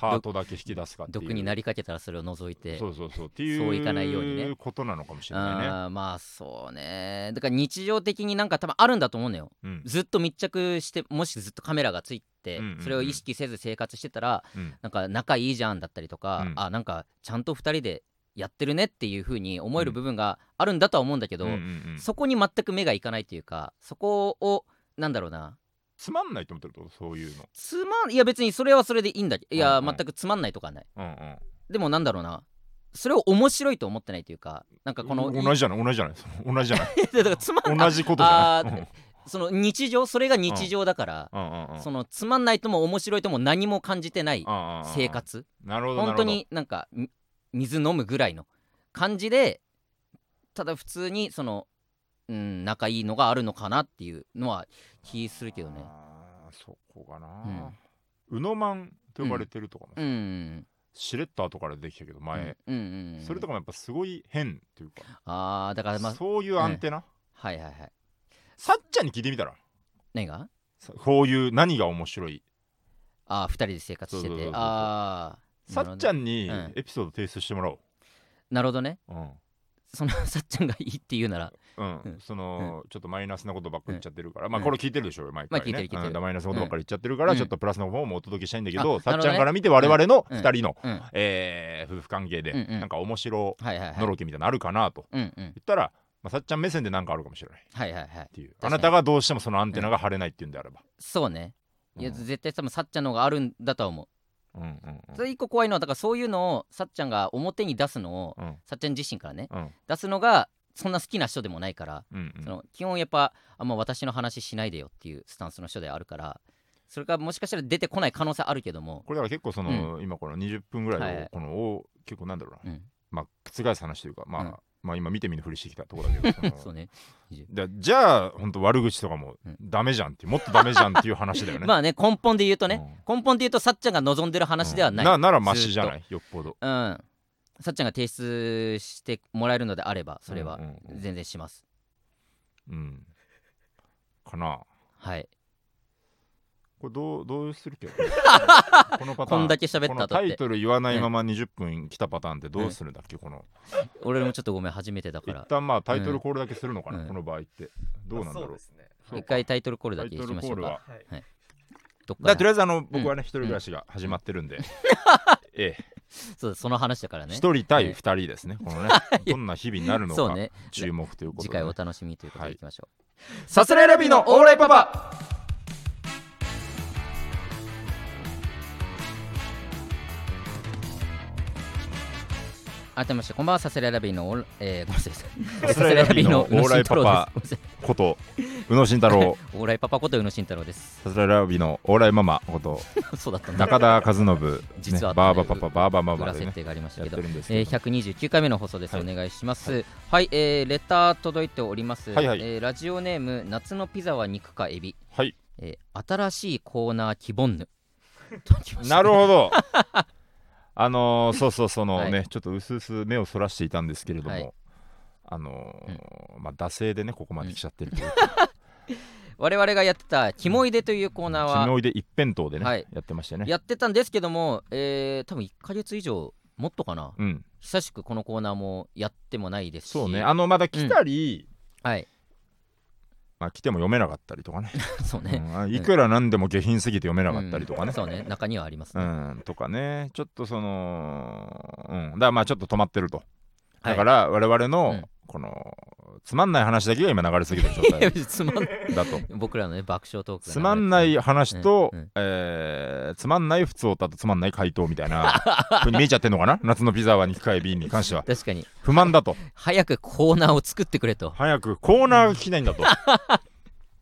[SPEAKER 2] ハートだけ引き出すかっていう
[SPEAKER 1] 毒になりかけたらそれを除いて
[SPEAKER 2] そうそうそうっていう
[SPEAKER 1] そういかないようにね
[SPEAKER 2] ことなのかもしれないね、
[SPEAKER 1] あーまあそうねだから日常的になんか多分あるんだと思うのよ
[SPEAKER 2] うん
[SPEAKER 1] ずっと密着してもしずっとカメラがついて
[SPEAKER 2] うんうんうん
[SPEAKER 1] それを意識せず生活してたら
[SPEAKER 2] うん
[SPEAKER 1] なんか仲いいじゃんだったりとか、
[SPEAKER 2] うん
[SPEAKER 1] あなんかちゃんと2人でやってるねっていう風に思える部分があるんだとは思うんだけど、
[SPEAKER 2] うんうんうん
[SPEAKER 1] そこに全く目がいかないというかそこをなんだろうな
[SPEAKER 2] つまんないと思ってるってことそういうの、
[SPEAKER 1] つまんいや別にそれはそれでいいんだけどいや、
[SPEAKER 2] うんうん
[SPEAKER 1] 全くつまんないとかはない
[SPEAKER 2] うん
[SPEAKER 1] でもなんだろうなそれを面白いと思ってないというかなんかこの
[SPEAKER 2] うん、同じじゃない同じじゃないその同じじゃな
[SPEAKER 1] だからつまん
[SPEAKER 2] い
[SPEAKER 1] あ
[SPEAKER 2] 同じことじゃない
[SPEAKER 1] あその日常それが日常だから、
[SPEAKER 2] うんうんうんうん
[SPEAKER 1] そのつまんないとも面白いとも何も感じてない
[SPEAKER 2] うんうんうん
[SPEAKER 1] 生活
[SPEAKER 2] なるほどなる
[SPEAKER 1] 本
[SPEAKER 2] ほ
[SPEAKER 1] 当
[SPEAKER 2] ど
[SPEAKER 1] になんかみ水飲むぐらいの感じでただ普通にその、うん、仲いいのがあるのかなっていうのは気するけどね
[SPEAKER 2] あーそこかな、うのまんと呼ばれてるとかも、
[SPEAKER 1] うん
[SPEAKER 2] しれっと後からできたけど前、
[SPEAKER 1] うんうんうん
[SPEAKER 2] それとかもやっぱすごい変っていうか
[SPEAKER 1] ああだからまあ
[SPEAKER 2] そういうアンテナ、
[SPEAKER 1] はいはいはい
[SPEAKER 2] さっちゃんに聞いてみたら
[SPEAKER 1] 何が
[SPEAKER 2] さこういう何が面白い
[SPEAKER 1] ああ2人で生活して
[SPEAKER 2] そうそうそう
[SPEAKER 1] て
[SPEAKER 2] そう
[SPEAKER 1] ああ
[SPEAKER 2] さっちゃ
[SPEAKER 1] ん
[SPEAKER 2] んに
[SPEAKER 1] うん
[SPEAKER 2] エピソード提出してもらおう、
[SPEAKER 1] なるほどね
[SPEAKER 2] うん
[SPEAKER 1] その さっちゃんがいいって言うなら
[SPEAKER 2] うん
[SPEAKER 1] うん
[SPEAKER 2] その、ちょっとマイナスなことばっかり言っちゃってるから、まあ
[SPEAKER 1] うん
[SPEAKER 2] これ聞いてるでしょ毎回、ね
[SPEAKER 1] まあ聞いてる聞いてる
[SPEAKER 2] うんマイナスなことばっかり言っちゃってるから、
[SPEAKER 1] うん
[SPEAKER 2] ちょっとプラスの方もお届けしたいんだけど、
[SPEAKER 1] あ
[SPEAKER 2] さ
[SPEAKER 1] な
[SPEAKER 2] っ
[SPEAKER 1] るほ
[SPEAKER 2] ち
[SPEAKER 1] どね
[SPEAKER 2] ゃんから見て我々の
[SPEAKER 1] うん
[SPEAKER 2] 2人の、
[SPEAKER 1] うんは
[SPEAKER 2] えー夫婦関係で、
[SPEAKER 1] うんうん
[SPEAKER 2] なんか面白
[SPEAKER 1] いはいはい
[SPEAKER 2] のろけみたいなのあるかなと
[SPEAKER 1] うんうん
[SPEAKER 2] 言ったら、まあ、さっちゃん目線で何かあるかもしれないっ
[SPEAKER 1] はいはいはい
[SPEAKER 2] ていう
[SPEAKER 1] か
[SPEAKER 2] あ
[SPEAKER 1] に
[SPEAKER 2] なたがどうしてもそのアンテナが張れないっていうんであれば、
[SPEAKER 1] そうねいや
[SPEAKER 2] うん
[SPEAKER 1] 絶対多分さっちゃんの方があるんだとは思う
[SPEAKER 2] うんうんうん
[SPEAKER 1] それ一個怖いのはだからそういうのをさっちゃんが表に出すのを
[SPEAKER 2] うん
[SPEAKER 1] さっちゃん自身からね
[SPEAKER 2] うん
[SPEAKER 1] 出すのがそんな好きな人でもないから、
[SPEAKER 2] うんうん
[SPEAKER 1] その基本やっぱあんま私の話しないでよっていうスタンスの人ではあるからそれがもしかしたら出てこない可能性あるけども、
[SPEAKER 2] これだから結構その、今この20分ぐらい
[SPEAKER 1] はい
[SPEAKER 2] をこの、を結構なんだろうな
[SPEAKER 1] うん、
[SPEAKER 2] まあ、覆す話というか、まあ
[SPEAKER 1] うん
[SPEAKER 2] まあ今見て見ぬふりしてきたところだけど
[SPEAKER 1] そうね、
[SPEAKER 2] だじゃあ本当悪口とかも
[SPEAKER 1] うん
[SPEAKER 2] ダメじゃんっていうもっとダメじゃんっていう話だよ ね。
[SPEAKER 1] ま
[SPEAKER 2] あ
[SPEAKER 1] あね根本で言うとね、根本で言うとさっちゃんが望んでる話ではない、
[SPEAKER 2] なならマシじゃないよっぽど。
[SPEAKER 1] うん、さっちゃんが提出してもらえるのであればそれは
[SPEAKER 2] うんうんうん
[SPEAKER 1] 全然します、
[SPEAKER 2] うん、かな
[SPEAKER 1] はい
[SPEAKER 2] これどうどうするけど このパターン
[SPEAKER 1] こんだけ喋った
[SPEAKER 2] この
[SPEAKER 1] 後っ
[SPEAKER 2] タイ
[SPEAKER 1] て
[SPEAKER 2] トル言わないまま20分来たパターンってどうするんだっけ、この
[SPEAKER 1] 俺もちょっとごめん初めてだか
[SPEAKER 2] 一
[SPEAKER 1] ら
[SPEAKER 2] 旦まあタイトルコールだけするのかな、
[SPEAKER 1] うん
[SPEAKER 2] この場合ってどうなんだろう。
[SPEAKER 3] すね
[SPEAKER 2] そう
[SPEAKER 1] 一
[SPEAKER 2] か
[SPEAKER 1] 回タイトルコール
[SPEAKER 2] タ
[SPEAKER 1] だけ
[SPEAKER 2] イ
[SPEAKER 1] いき
[SPEAKER 2] トル
[SPEAKER 1] まし
[SPEAKER 2] コ
[SPEAKER 1] ょ
[SPEAKER 2] ー
[SPEAKER 1] う
[SPEAKER 2] ル
[SPEAKER 1] か
[SPEAKER 2] は。
[SPEAKER 3] はい
[SPEAKER 1] どっ
[SPEAKER 2] だ
[SPEAKER 1] か
[SPEAKER 2] と
[SPEAKER 1] ら
[SPEAKER 2] りあえずあの僕はね一人暮らしが始まってるんで、ええ
[SPEAKER 1] そうその話だからね
[SPEAKER 2] 一人対二人ですね、この ね、どんな日々になるの
[SPEAKER 1] そう
[SPEAKER 2] か
[SPEAKER 1] ね
[SPEAKER 2] 注目ということ
[SPEAKER 1] 次
[SPEAKER 2] で、
[SPEAKER 1] 回お楽しみということ
[SPEAKER 2] は
[SPEAKER 1] で
[SPEAKER 2] い
[SPEAKER 1] いきましょう、
[SPEAKER 2] さすらいラビーのオーライパパ
[SPEAKER 1] 改めましてこんばんはサスレラビーのオール えーごめんなさい
[SPEAKER 2] サスレラビーのオーライパ パ
[SPEAKER 1] ごめんなさい
[SPEAKER 2] こと宇野慎太郎
[SPEAKER 1] オーライパパこと宇野慎太郎です。
[SPEAKER 2] サスライラビーのオーライママこと
[SPEAKER 1] そうだったんだ。
[SPEAKER 2] 中田和信、ね、
[SPEAKER 1] 実は
[SPEAKER 2] バーバパパバーバマ
[SPEAKER 1] 裏
[SPEAKER 2] マで
[SPEAKER 1] 設
[SPEAKER 2] ね
[SPEAKER 1] 定がありました
[SPEAKER 2] やっ
[SPEAKER 1] け
[SPEAKER 2] て
[SPEAKER 1] ど。
[SPEAKER 2] るんです
[SPEAKER 1] え
[SPEAKER 2] け
[SPEAKER 1] ー、
[SPEAKER 2] ど、
[SPEAKER 1] 129回目の放送です、
[SPEAKER 2] はい
[SPEAKER 1] お願いしますは、
[SPEAKER 2] はい
[SPEAKER 1] えーレター届いております、
[SPEAKER 2] はいはい
[SPEAKER 1] えーラジオネーム夏のピザは肉かエビ、
[SPEAKER 2] はい
[SPEAKER 1] えー新しいコーナーキボ ンヌときました
[SPEAKER 2] なるほ どあのーそうそうその
[SPEAKER 1] はい
[SPEAKER 2] ね、ちょっと薄々目をそらしていたんですけれども、
[SPEAKER 1] はい
[SPEAKER 2] あのーまあ惰性でねここまで来ちゃってるという
[SPEAKER 1] 我々がやってたキモいでというコーナーは
[SPEAKER 2] 君おいで一辺倒でね、
[SPEAKER 1] はい
[SPEAKER 2] やってましたね
[SPEAKER 1] やってたんですけども、えー、多分1ヶ月以上もっとかな、
[SPEAKER 2] うん
[SPEAKER 1] 久しくこのコーナーもやってもないですし
[SPEAKER 2] そうねあのまだ来たり、
[SPEAKER 1] はい
[SPEAKER 2] まあ来ても読めなかったりと かね、
[SPEAKER 1] そう
[SPEAKER 2] う
[SPEAKER 1] ね、
[SPEAKER 2] んあいくらなんでも下品すぎて読めなかったりとかね、
[SPEAKER 1] そうね中にはあります
[SPEAKER 2] う
[SPEAKER 1] ね、
[SPEAKER 2] ん、とかね、ちょっとその、うん、だからまあちょっと止まってると。
[SPEAKER 1] はい
[SPEAKER 2] だから我々の、
[SPEAKER 1] うん
[SPEAKER 2] この、つまんない話だけが今流れすぎてる状 態
[SPEAKER 1] つまん
[SPEAKER 2] だと。
[SPEAKER 1] 僕らのね爆笑トークが
[SPEAKER 2] つまんない話と、
[SPEAKER 1] うんうん
[SPEAKER 2] えーつまんない普通歌とつまんない回答みたいな 風に見えちゃってんのかな夏のピザは肉買い瓶に関しては
[SPEAKER 1] 確かに
[SPEAKER 2] 不満だと
[SPEAKER 1] 早くコーナーを作ってくれと
[SPEAKER 2] 早くコーナーが聞きない んだと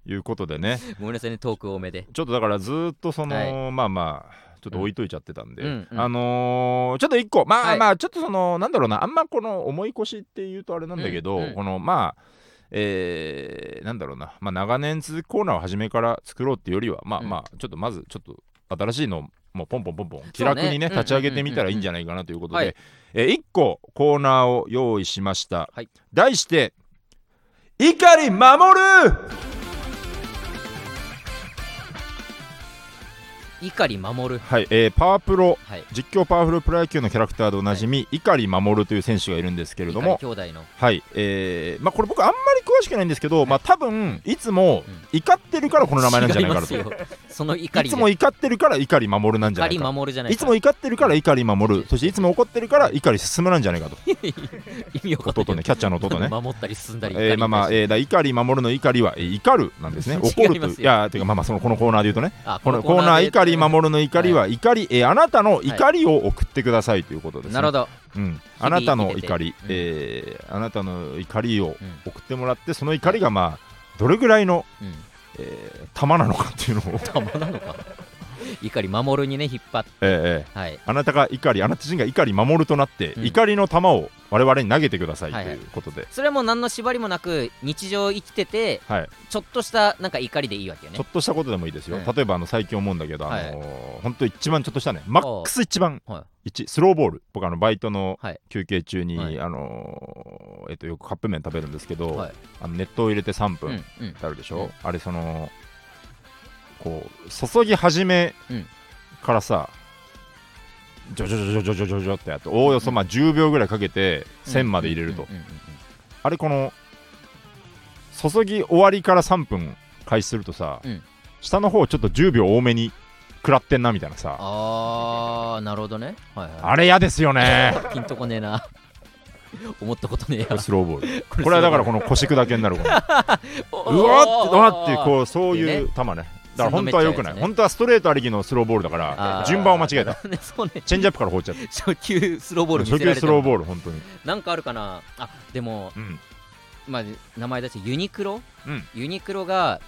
[SPEAKER 2] いうことでね
[SPEAKER 1] ごめんなさいねトーク多めで
[SPEAKER 2] ちょっとだからずーっとその、
[SPEAKER 1] は
[SPEAKER 2] まあまあちょっと置いといちゃってたんで、
[SPEAKER 1] うんうん
[SPEAKER 2] あのーちょっと一個まあ、
[SPEAKER 1] はい
[SPEAKER 2] まあちょっとそのなんだろうなあんまこの思い越しっていうとあれなんだけど、
[SPEAKER 1] うんうん
[SPEAKER 2] このまあえーなんだろうな、まあ、長年続くコーナーを初めから作ろうっていうよりはまあ
[SPEAKER 1] うん
[SPEAKER 2] まあちょっとまずちょっと新しいのをもうポンポンポンポン気楽にね
[SPEAKER 1] うんうん
[SPEAKER 2] 立ち上げてみたらいいんじゃないかなということ
[SPEAKER 1] は
[SPEAKER 2] で、
[SPEAKER 1] い
[SPEAKER 2] えー、1個コーナーを用意しました、
[SPEAKER 1] はい
[SPEAKER 2] 題して「怒り守る!」
[SPEAKER 1] 怒り守る
[SPEAKER 2] はい、えーパワープロ
[SPEAKER 1] はい
[SPEAKER 2] 実況パワフルプロ野球のキャラクターでおなじみ、碇守という選手がいるんですけれど
[SPEAKER 1] 怒
[SPEAKER 2] も
[SPEAKER 1] り、兄弟の
[SPEAKER 2] はいえーまあ、これ僕あんまり詳しくないんですけど、まあ、多分いつも怒ってるからこの名前なんじゃないかなと、
[SPEAKER 1] 違ますよその怒
[SPEAKER 2] い
[SPEAKER 1] り
[SPEAKER 2] つ
[SPEAKER 1] で
[SPEAKER 2] も怒ってるから碇守なん
[SPEAKER 1] 怒
[SPEAKER 2] じゃない
[SPEAKER 1] り
[SPEAKER 2] か
[SPEAKER 1] 守るじゃない
[SPEAKER 2] いつも怒ってるから碇守るそしていつも怒ってるから碇進むなんじゃないかと
[SPEAKER 1] 意味をか
[SPEAKER 2] 弟ねキャッチャーの弟ね
[SPEAKER 1] 守ったり進んだり
[SPEAKER 2] えーまあまあ、えーだ怒り守るの怒りは、えー怒るなん ですね怒る
[SPEAKER 1] 違いま
[SPEAKER 2] とい
[SPEAKER 1] すよ
[SPEAKER 2] ういやていうかまあまあそのこのコーナーで言うとね
[SPEAKER 1] あ
[SPEAKER 2] このコーナー怒り
[SPEAKER 1] る
[SPEAKER 2] 守るの怒りは怒り、えーあなたの怒りを送ってくださいということです、ね
[SPEAKER 1] なるほど
[SPEAKER 2] うん、
[SPEAKER 1] 日
[SPEAKER 2] あ
[SPEAKER 1] 々生
[SPEAKER 2] な
[SPEAKER 1] きてて
[SPEAKER 2] たの怒り、
[SPEAKER 1] うん
[SPEAKER 2] えーあなたの怒りを
[SPEAKER 1] うん
[SPEAKER 2] 送ってもらって、その怒りがまあどれぐらいの、
[SPEAKER 1] うん
[SPEAKER 2] えー玉なのかっていうのを、
[SPEAKER 1] 玉なのか 怒り守るにね引っ張って
[SPEAKER 2] えーえー
[SPEAKER 1] はい
[SPEAKER 2] あなたが怒りあなた自身が怒り守るとなって、
[SPEAKER 1] うん
[SPEAKER 2] 怒りの玉を我々に投げてくださいと
[SPEAKER 1] はいはいいう
[SPEAKER 2] ことで、
[SPEAKER 1] それはもう何の縛りもなく日常生きてて
[SPEAKER 2] はい
[SPEAKER 1] ちょっとしたなんか怒りでいいわけよね
[SPEAKER 2] ちょっとしたことでもいいですよ、
[SPEAKER 1] うん
[SPEAKER 2] 例えばあの最近思うんだけど、
[SPEAKER 1] は
[SPEAKER 2] あ
[SPEAKER 1] い
[SPEAKER 2] のー本当一番ちょっとしたねマックス一番
[SPEAKER 1] は
[SPEAKER 2] 1スローボール僕あのバイトの
[SPEAKER 1] はい
[SPEAKER 2] 休憩中に、
[SPEAKER 1] はい
[SPEAKER 2] あのーえっとよくカップ麺食べるんですけど、
[SPEAKER 1] はい
[SPEAKER 2] あの熱湯を入れて3
[SPEAKER 1] い
[SPEAKER 2] 分、
[SPEAKER 1] うんうん
[SPEAKER 2] あるでしょ、
[SPEAKER 1] うん
[SPEAKER 2] あれそのこう注ぎ始め
[SPEAKER 1] うん
[SPEAKER 2] からさ、ジョジョジョジョジョジョジョってやっておおよそまあ10秒ぐらいかけて線まで入れると、
[SPEAKER 1] うんうんうんうん
[SPEAKER 2] あれこの注ぎ終わりから3分開始するとさ、
[SPEAKER 1] うん
[SPEAKER 2] 下の方ちょっと10秒多めに食らってんなみたいなさ
[SPEAKER 1] あーなるほどねはいはい
[SPEAKER 2] あれ嫌ですよ ね
[SPEAKER 1] ピンとこねえな。思った ことねえ
[SPEAKER 2] こ
[SPEAKER 1] や
[SPEAKER 2] れ。スローボール
[SPEAKER 1] こ
[SPEAKER 2] これはだからこの腰砕けになるこの うわっってなってこうそう
[SPEAKER 1] で
[SPEAKER 2] いう
[SPEAKER 1] ね
[SPEAKER 2] 球ねだから本当はよくない、
[SPEAKER 1] すんのめっちゃやつね
[SPEAKER 2] 本当はストレートありきのスローボールだから順番を間違えた。
[SPEAKER 1] ね、そうね。
[SPEAKER 2] チェンジアップから放っちゃった
[SPEAKER 1] 初級スローボール見せ
[SPEAKER 2] 初
[SPEAKER 1] られ
[SPEAKER 2] 級
[SPEAKER 1] た
[SPEAKER 2] スローボール本当に
[SPEAKER 1] なんかあるかなあでも、
[SPEAKER 2] うん
[SPEAKER 1] まあ、名前出してユニクロ、
[SPEAKER 2] うん
[SPEAKER 1] ユニクロが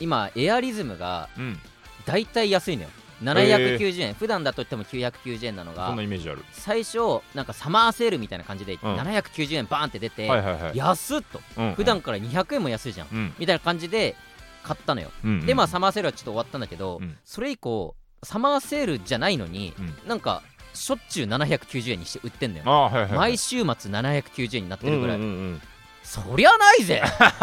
[SPEAKER 1] 今エアリズムが
[SPEAKER 2] うん
[SPEAKER 1] だいたい安いのよ790円、普段だと言っても990円なの
[SPEAKER 2] そん
[SPEAKER 1] が
[SPEAKER 2] なイメージある
[SPEAKER 1] 最初なんかサマーセールみたいな感じで、
[SPEAKER 2] ん
[SPEAKER 1] 790円バーンって出て、
[SPEAKER 2] はいはいはい
[SPEAKER 1] 安っと
[SPEAKER 2] うん
[SPEAKER 1] 普段から200円も安いじゃん、
[SPEAKER 2] うん
[SPEAKER 1] みたいな感じで買ったのよ
[SPEAKER 2] うん
[SPEAKER 1] でまあサマーセールはちょっと終わったんだけど、
[SPEAKER 2] うん
[SPEAKER 1] それ以降サマーセールじゃないのに、
[SPEAKER 2] う
[SPEAKER 1] なんかしょっちゅう790円にして売ってんのよ、
[SPEAKER 2] ああはいはいはい
[SPEAKER 1] 毎週末790円になってるぐらい、
[SPEAKER 2] うんうんうん
[SPEAKER 1] そりゃない ぜ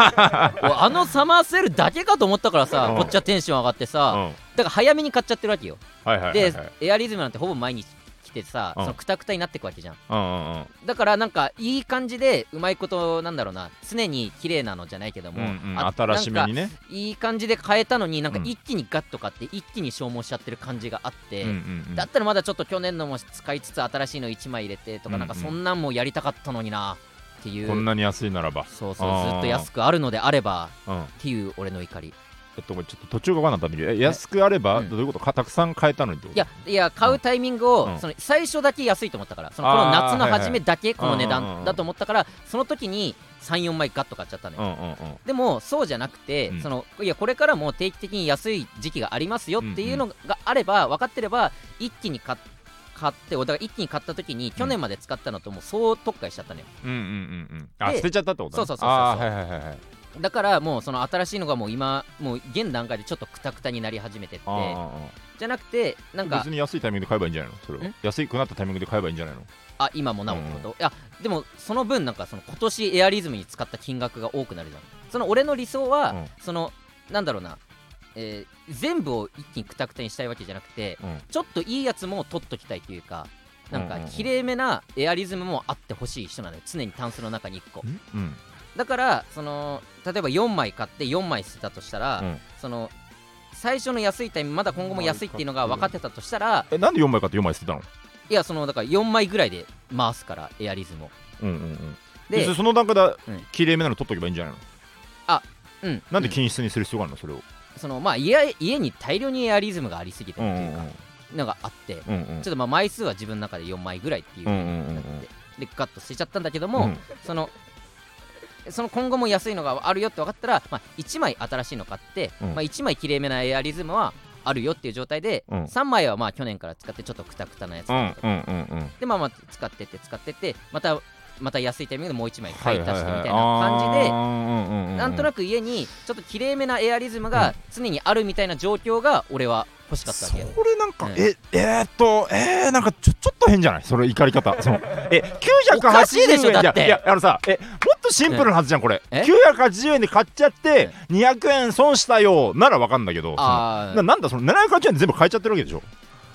[SPEAKER 1] おいあのサマーセールだけかと思ったからさ、
[SPEAKER 2] うん
[SPEAKER 1] こっちはテンション上がって
[SPEAKER 2] うん
[SPEAKER 1] さ、
[SPEAKER 2] はい
[SPEAKER 1] だから早めに買っちゃってるわけよ、
[SPEAKER 2] はいはいはい
[SPEAKER 1] で、エアリズムなんてほぼ毎日来てさ、
[SPEAKER 2] うん
[SPEAKER 1] そのクタクタになってくわけじゃん
[SPEAKER 2] うんうんうん
[SPEAKER 1] だからなんかいい感じでうまいことなんだろうな常に綺麗なのじゃないけども、
[SPEAKER 2] うんうん
[SPEAKER 1] あ
[SPEAKER 2] 新しめ
[SPEAKER 1] なんか
[SPEAKER 2] にね
[SPEAKER 1] いい感じで変えたのになんか
[SPEAKER 2] うん
[SPEAKER 1] 一気にガッと買って一気に消耗しちゃってる感じがあって、
[SPEAKER 2] うんうんうん
[SPEAKER 1] だったらまだちょっと去年のも使いつつ新しいの1枚入れてとか、
[SPEAKER 2] うん
[SPEAKER 1] なんかそんなんもやりたかったのになっていう
[SPEAKER 2] こんなに安いならば
[SPEAKER 1] そうそう
[SPEAKER 2] あー
[SPEAKER 1] ずっと安くあるのであれば
[SPEAKER 2] うん
[SPEAKER 1] っていう俺の怒り
[SPEAKER 2] えっと、ちょっと途中が分かんなかったんだけどえ安くあれば、
[SPEAKER 1] うん
[SPEAKER 2] どういうことかたくさん買えたのにってこと
[SPEAKER 1] いやいや買うタイミングを、
[SPEAKER 2] うん
[SPEAKER 1] その最初だけ安いと思ったからそのこ
[SPEAKER 2] あー
[SPEAKER 1] の夏の
[SPEAKER 2] はいはい
[SPEAKER 1] 初めだけこの値
[SPEAKER 2] うんうんう
[SPEAKER 1] 段
[SPEAKER 2] んうん
[SPEAKER 1] だと思ったからその時に34枚ガッと買っちゃったの
[SPEAKER 2] う
[SPEAKER 1] よ、
[SPEAKER 2] んうんうん
[SPEAKER 1] でもそうじゃなくて、
[SPEAKER 2] うん
[SPEAKER 1] そのいやこれからも定期的に安い時期がありますよっていうのがあれば分かってれば一気に買っ買ってだから一気に買った時に去年まで使ったのともう総特化しちゃったのよ
[SPEAKER 2] うんうんうんうんあ
[SPEAKER 1] で
[SPEAKER 2] 捨てちゃったってことね
[SPEAKER 1] そうそうそうそう
[SPEAKER 2] あーはいはいはいはい
[SPEAKER 1] だからもうその新しいのがもう今もう現段階でちょっとクタクタになり始めてって
[SPEAKER 2] あーあーあ
[SPEAKER 1] じゃなくてなん
[SPEAKER 2] ー
[SPEAKER 1] か
[SPEAKER 2] 別に安いタイミングで買えばいいんじゃないのそれは
[SPEAKER 1] ん
[SPEAKER 2] 安くなったタイミングで買えばいいんじゃないの
[SPEAKER 1] あ今もなおってこと、いやでもその分なんかその今年エアリズムに使った金額が多くなるじゃんその俺の理想は、
[SPEAKER 2] うん
[SPEAKER 1] そのなんだろうな、えー全部を一気にくたくたにしたいわけじゃなくて
[SPEAKER 2] うん
[SPEAKER 1] ちょっといいやつも取っときたいというかなん
[SPEAKER 2] う
[SPEAKER 1] か
[SPEAKER 2] んうんうん
[SPEAKER 1] きれいめなエアリズムもあってほしい人なのよ常にタンスの中に1個
[SPEAKER 2] うん
[SPEAKER 1] だからその例えば4枚買って4枚捨てたとしたら、
[SPEAKER 2] うん
[SPEAKER 1] その最初の安いタイムまだ今後も安いっていうのが分かってたとしたら
[SPEAKER 2] えなんで4枚買って4枚捨てたの
[SPEAKER 1] いやそのだから4枚ぐらいで回すからエアリズムを
[SPEAKER 2] うんうんうん
[SPEAKER 1] で
[SPEAKER 2] でその段階で
[SPEAKER 1] うん
[SPEAKER 2] きれいめなの取っとけばいいんじゃないの
[SPEAKER 1] うん、
[SPEAKER 2] なんで
[SPEAKER 1] う
[SPEAKER 2] 均一にする必要があるのそれを
[SPEAKER 1] そのまあ家家に大量にエアリズムがありすぎて
[SPEAKER 2] う
[SPEAKER 1] る
[SPEAKER 2] ん
[SPEAKER 1] っ
[SPEAKER 2] う
[SPEAKER 1] てい
[SPEAKER 2] ん
[SPEAKER 1] うかのがあって、ちょ
[SPEAKER 2] うんうんうん
[SPEAKER 1] っとまあ枚数は自分の中で4枚ぐらいっていう
[SPEAKER 2] う
[SPEAKER 1] 感
[SPEAKER 2] んうんうんう
[SPEAKER 1] じになって、
[SPEAKER 2] ん
[SPEAKER 1] でガッと捨てちゃったんだけど
[SPEAKER 2] う
[SPEAKER 1] も、
[SPEAKER 2] ん
[SPEAKER 1] そのその今後も安いのがあるよって分かったら、まあ、1枚新しいの買って、
[SPEAKER 2] うん
[SPEAKER 1] まあ、1枚きれいめなエアリズムはあるよっていう状態で、
[SPEAKER 2] うん
[SPEAKER 1] 3枚はまあ去年から使ってちょっとクタクタなやつ、
[SPEAKER 2] うんうんうんうん
[SPEAKER 1] でまあまあ使ってって使ってってまたまた安いタイミングでもう1枚
[SPEAKER 2] は
[SPEAKER 1] 買い
[SPEAKER 2] は
[SPEAKER 1] 足
[SPEAKER 2] は
[SPEAKER 1] してみたいな感じで、
[SPEAKER 2] 感
[SPEAKER 1] なんとなく家にちょっときれいめなエアリズムが常にあるみたいな状況が俺は欲しかったわ
[SPEAKER 2] そ
[SPEAKER 1] け
[SPEAKER 2] れ
[SPEAKER 1] よ
[SPEAKER 2] なんか、
[SPEAKER 1] うん
[SPEAKER 2] ええー、っとえー、なんかちょちょっと変じゃないそれ怒り方そのえ
[SPEAKER 1] おかしいでしょ
[SPEAKER 2] 980円
[SPEAKER 1] だって
[SPEAKER 2] いやいやあのさえもっとシンプルなはずじゃんこれ
[SPEAKER 1] え
[SPEAKER 2] 980円で買っちゃって200円損したよならわかんだけどその
[SPEAKER 1] あー
[SPEAKER 2] ななんだその780円で全部買えちゃってるわけでしょ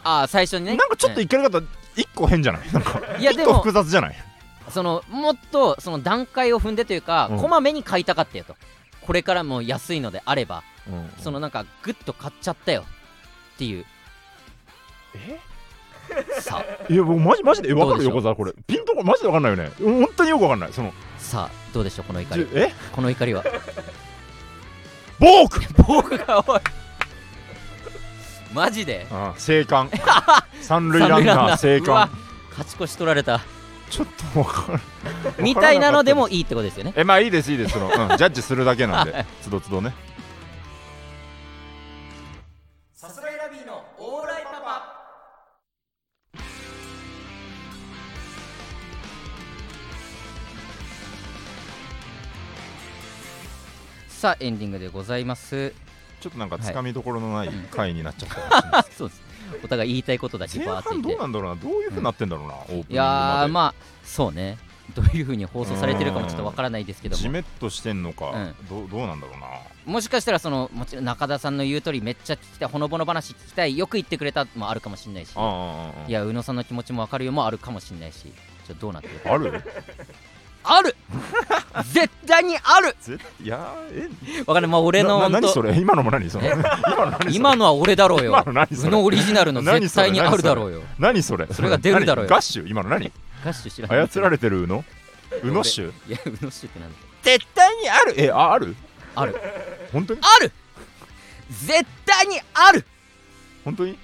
[SPEAKER 1] あー最初に
[SPEAKER 2] な
[SPEAKER 1] ね
[SPEAKER 2] んかちょっと怒り方一個変じゃないなんか
[SPEAKER 1] いや
[SPEAKER 2] 一
[SPEAKER 1] で
[SPEAKER 2] 個
[SPEAKER 1] も
[SPEAKER 2] 複雑じゃない
[SPEAKER 1] そのもっとその段階を踏んでというか、
[SPEAKER 2] うん
[SPEAKER 1] こまめに買いたかったよとこれからも安いのであれば
[SPEAKER 2] うん
[SPEAKER 1] そのなんかグッと買っちゃったよっていう
[SPEAKER 2] え
[SPEAKER 1] さ
[SPEAKER 2] いや僕マジマジでえわかる
[SPEAKER 1] どうでしょう
[SPEAKER 2] 横澤これピンとこマジでわかんないよね本当によくわかんないその
[SPEAKER 1] さあどうでしょうこの怒
[SPEAKER 2] じゅ
[SPEAKER 1] り
[SPEAKER 2] え
[SPEAKER 1] この怒りは
[SPEAKER 2] ボーク
[SPEAKER 1] 僕がおいマジで
[SPEAKER 2] ああ 生還三塁
[SPEAKER 1] 三塁
[SPEAKER 2] ラン
[SPEAKER 1] ラン
[SPEAKER 2] ナ
[SPEAKER 1] ナ
[SPEAKER 2] ー
[SPEAKER 1] ー
[SPEAKER 2] 生
[SPEAKER 1] う
[SPEAKER 2] 還
[SPEAKER 1] わ勝ち越し取られた
[SPEAKER 2] ちょっとわかる
[SPEAKER 1] みたいなのでもいいってことですよね
[SPEAKER 2] えまあいいですいいです その、うんジャッジするだけなんでつどつどね
[SPEAKER 1] さすがいラビーのオーライパパさあエンディングでございます
[SPEAKER 2] ちょっとなんか
[SPEAKER 1] はい
[SPEAKER 2] つかみどころのない回になっちゃったかもしれない
[SPEAKER 1] あ そうですお互い言いたいことだけ
[SPEAKER 2] 前
[SPEAKER 1] バーって
[SPEAKER 2] 半ど
[SPEAKER 1] 言っ
[SPEAKER 2] う
[SPEAKER 1] て
[SPEAKER 2] なんだろうなどういうふうになってんだろうな、オープニングまで
[SPEAKER 1] いやーまあそうねどういうふうに放送されてるかもちょっとわからないですけど
[SPEAKER 2] じ
[SPEAKER 1] も
[SPEAKER 2] めっとしてんのか、
[SPEAKER 1] うん
[SPEAKER 2] どうどうなんだろうな
[SPEAKER 1] もしかしたらそのもちろん中田さんの言う通りめっちゃ聞きたいほのぼの話聞きたいよく言ってくれたもあるかもしれないし
[SPEAKER 2] ああああ
[SPEAKER 1] いや宇野さんの気持ちもわかるよもあるかもしれないしちょっとどうなってるか
[SPEAKER 2] ある
[SPEAKER 1] あ る絶対にある
[SPEAKER 2] 絶いやーえ
[SPEAKER 1] わかるまあ俺の
[SPEAKER 2] なな
[SPEAKER 1] 本
[SPEAKER 2] 何そ
[SPEAKER 1] 当
[SPEAKER 2] れ今のも何それ
[SPEAKER 1] え
[SPEAKER 2] 今の何それ
[SPEAKER 1] 今のは俺だろうよ
[SPEAKER 2] 今の何それ
[SPEAKER 1] 宇野オリジナルの絶対にあるだろうよ
[SPEAKER 2] 何それ
[SPEAKER 1] それが出るだろうよ
[SPEAKER 2] 何ガッシュ今の何
[SPEAKER 1] ガッシュ知らない
[SPEAKER 2] 操られてる宇野宇野種
[SPEAKER 1] いや宇野シュってなんだ
[SPEAKER 2] 絶対にあるえあある
[SPEAKER 1] ある
[SPEAKER 2] 本当に
[SPEAKER 1] ある絶対にあ る
[SPEAKER 2] 本当に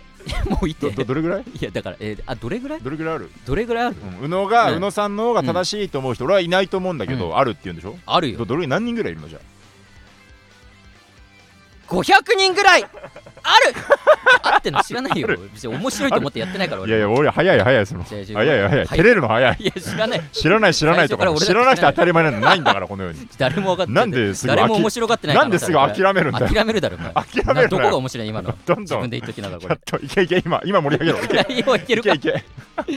[SPEAKER 1] もう言っ
[SPEAKER 2] ど
[SPEAKER 1] て
[SPEAKER 2] どどれぐらい
[SPEAKER 1] いやだからえーあどれぐらい
[SPEAKER 2] どれぐらいある、
[SPEAKER 1] どれぐらいある
[SPEAKER 2] うん、宇野が、
[SPEAKER 1] うん
[SPEAKER 2] 宇野さんの方が正しいと思う人、俺はいないと思うんだけど、
[SPEAKER 1] う
[SPEAKER 2] あるって言うんでしょ
[SPEAKER 1] ある
[SPEAKER 2] ど
[SPEAKER 1] よ
[SPEAKER 2] どれ何人ぐらいいるのじゃあ
[SPEAKER 1] 500人ぐらいあるあってんの知らないよ別に面白いと思ってやってないから
[SPEAKER 2] いや
[SPEAKER 1] 俺
[SPEAKER 2] いや俺早い早いその
[SPEAKER 1] じゃ
[SPEAKER 2] 早
[SPEAKER 1] あ
[SPEAKER 2] い
[SPEAKER 1] じゃあ
[SPEAKER 2] 早い早い
[SPEAKER 1] はい
[SPEAKER 2] 照れるの早い
[SPEAKER 1] いや知らない
[SPEAKER 2] 知らない知らないとか
[SPEAKER 1] 最初
[SPEAKER 2] 知
[SPEAKER 1] からら
[SPEAKER 2] な
[SPEAKER 1] 俺だ
[SPEAKER 2] く
[SPEAKER 1] って
[SPEAKER 2] て当たり前なのないんだから このように
[SPEAKER 1] 誰も分かって
[SPEAKER 2] なんですぐ飽き
[SPEAKER 1] 誰も面白がってない可能性ある
[SPEAKER 2] なんですぐ諦めるんだよ
[SPEAKER 1] 諦めるだろお前
[SPEAKER 2] 諦めるなよ
[SPEAKER 1] などこが面白い今の
[SPEAKER 2] どん
[SPEAKER 1] 自
[SPEAKER 2] どん
[SPEAKER 1] 分で言っときながらこ
[SPEAKER 2] やっ
[SPEAKER 1] れ
[SPEAKER 2] といけいけ今今盛り上げろいけ
[SPEAKER 1] 内 容いけ
[SPEAKER 2] い
[SPEAKER 1] る
[SPEAKER 2] け
[SPEAKER 1] か
[SPEAKER 2] いけ
[SPEAKER 1] え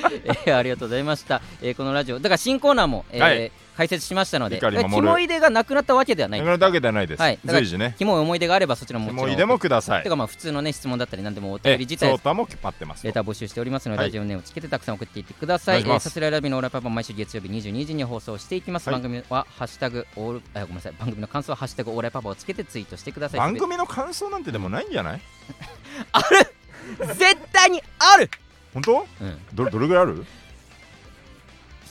[SPEAKER 1] ーありがとうございました、えーこのラジオだから新コーナーも、えー
[SPEAKER 2] はい
[SPEAKER 1] 解説しましたので
[SPEAKER 2] 怒り守る
[SPEAKER 1] キモい出がなくなったわけではない
[SPEAKER 2] なかなかだけではないです、
[SPEAKER 1] はいだから
[SPEAKER 2] 随時ね
[SPEAKER 1] キモい思い出があればそちらももちろ
[SPEAKER 2] も
[SPEAKER 1] ん
[SPEAKER 2] ういでもください
[SPEAKER 1] てかまあ普通のね質問だったり何でもお
[SPEAKER 2] え
[SPEAKER 1] 便り自
[SPEAKER 2] ソー
[SPEAKER 1] 体
[SPEAKER 2] タも待ってます
[SPEAKER 1] レター募集しておりますので、
[SPEAKER 2] はい
[SPEAKER 1] ラジオネームをつけてたくさん送っていってください。
[SPEAKER 2] お願いし
[SPEAKER 1] えー
[SPEAKER 2] ます
[SPEAKER 1] さすらいラビのオーライパパ毎週月曜日22時に放送していきます。
[SPEAKER 2] は
[SPEAKER 1] 番
[SPEAKER 2] い
[SPEAKER 1] 組はハッシュタグオールあごめんなさい番組の感想はハッシュタグオーライパパをつけてツイートしてください。
[SPEAKER 2] 番組の感想なんてでもないんじゃない
[SPEAKER 1] 絶対にある。
[SPEAKER 2] 本当
[SPEAKER 1] うん。
[SPEAKER 2] どどれぐらいある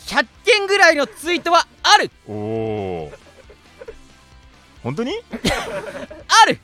[SPEAKER 1] 100件ぐらいのツイートはある。
[SPEAKER 2] おお本当に
[SPEAKER 1] ある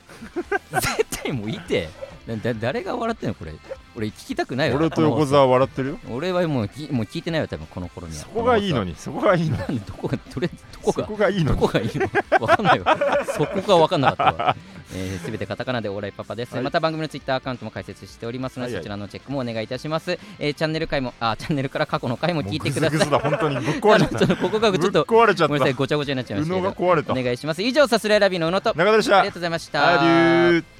[SPEAKER 1] 絶対もういてだだ誰が笑ってんのこれ俺聞きたくないわ
[SPEAKER 2] 俺と横澤笑ってるよ
[SPEAKER 1] 俺はもうきもう聞いてないわ多分この頃には
[SPEAKER 2] そこがいいの
[SPEAKER 1] に
[SPEAKER 2] にそこがいいの に
[SPEAKER 1] どこがどれどこ
[SPEAKER 2] そ
[SPEAKER 1] が
[SPEAKER 2] こがいいの
[SPEAKER 1] ど
[SPEAKER 2] に
[SPEAKER 1] こがいいのわかんないわ。そこがわかんなかったわ。す、えー、べ、てカタカナでオーライパパです、
[SPEAKER 2] はい
[SPEAKER 1] また番組のツイッターアカウントも開設しておりますので、
[SPEAKER 2] はいはい
[SPEAKER 1] そちらのチェックもお願いいたします。えーチャンネル回もあチャンネルから過去の回も
[SPEAKER 2] も
[SPEAKER 1] 聞
[SPEAKER 2] う
[SPEAKER 1] いてく
[SPEAKER 2] グズ
[SPEAKER 1] ださ
[SPEAKER 2] グ
[SPEAKER 1] い。
[SPEAKER 2] ズだ本当にぶっ壊れ
[SPEAKER 1] あ
[SPEAKER 2] た
[SPEAKER 1] の ちょっとここがちょっと
[SPEAKER 2] ぶっ壊れちゃ
[SPEAKER 1] ごめんなさい
[SPEAKER 2] っ
[SPEAKER 1] ごちゃごちゃになっち
[SPEAKER 2] た
[SPEAKER 1] ちゃいま
[SPEAKER 2] 宇
[SPEAKER 1] した
[SPEAKER 2] 野
[SPEAKER 1] け
[SPEAKER 2] が
[SPEAKER 1] ど。
[SPEAKER 2] 壊れた
[SPEAKER 1] お
[SPEAKER 2] 中
[SPEAKER 1] 願いします。以上さすらいラビの宇野とあり
[SPEAKER 2] 田でし
[SPEAKER 1] が
[SPEAKER 2] た
[SPEAKER 1] とうございました。
[SPEAKER 2] アデュー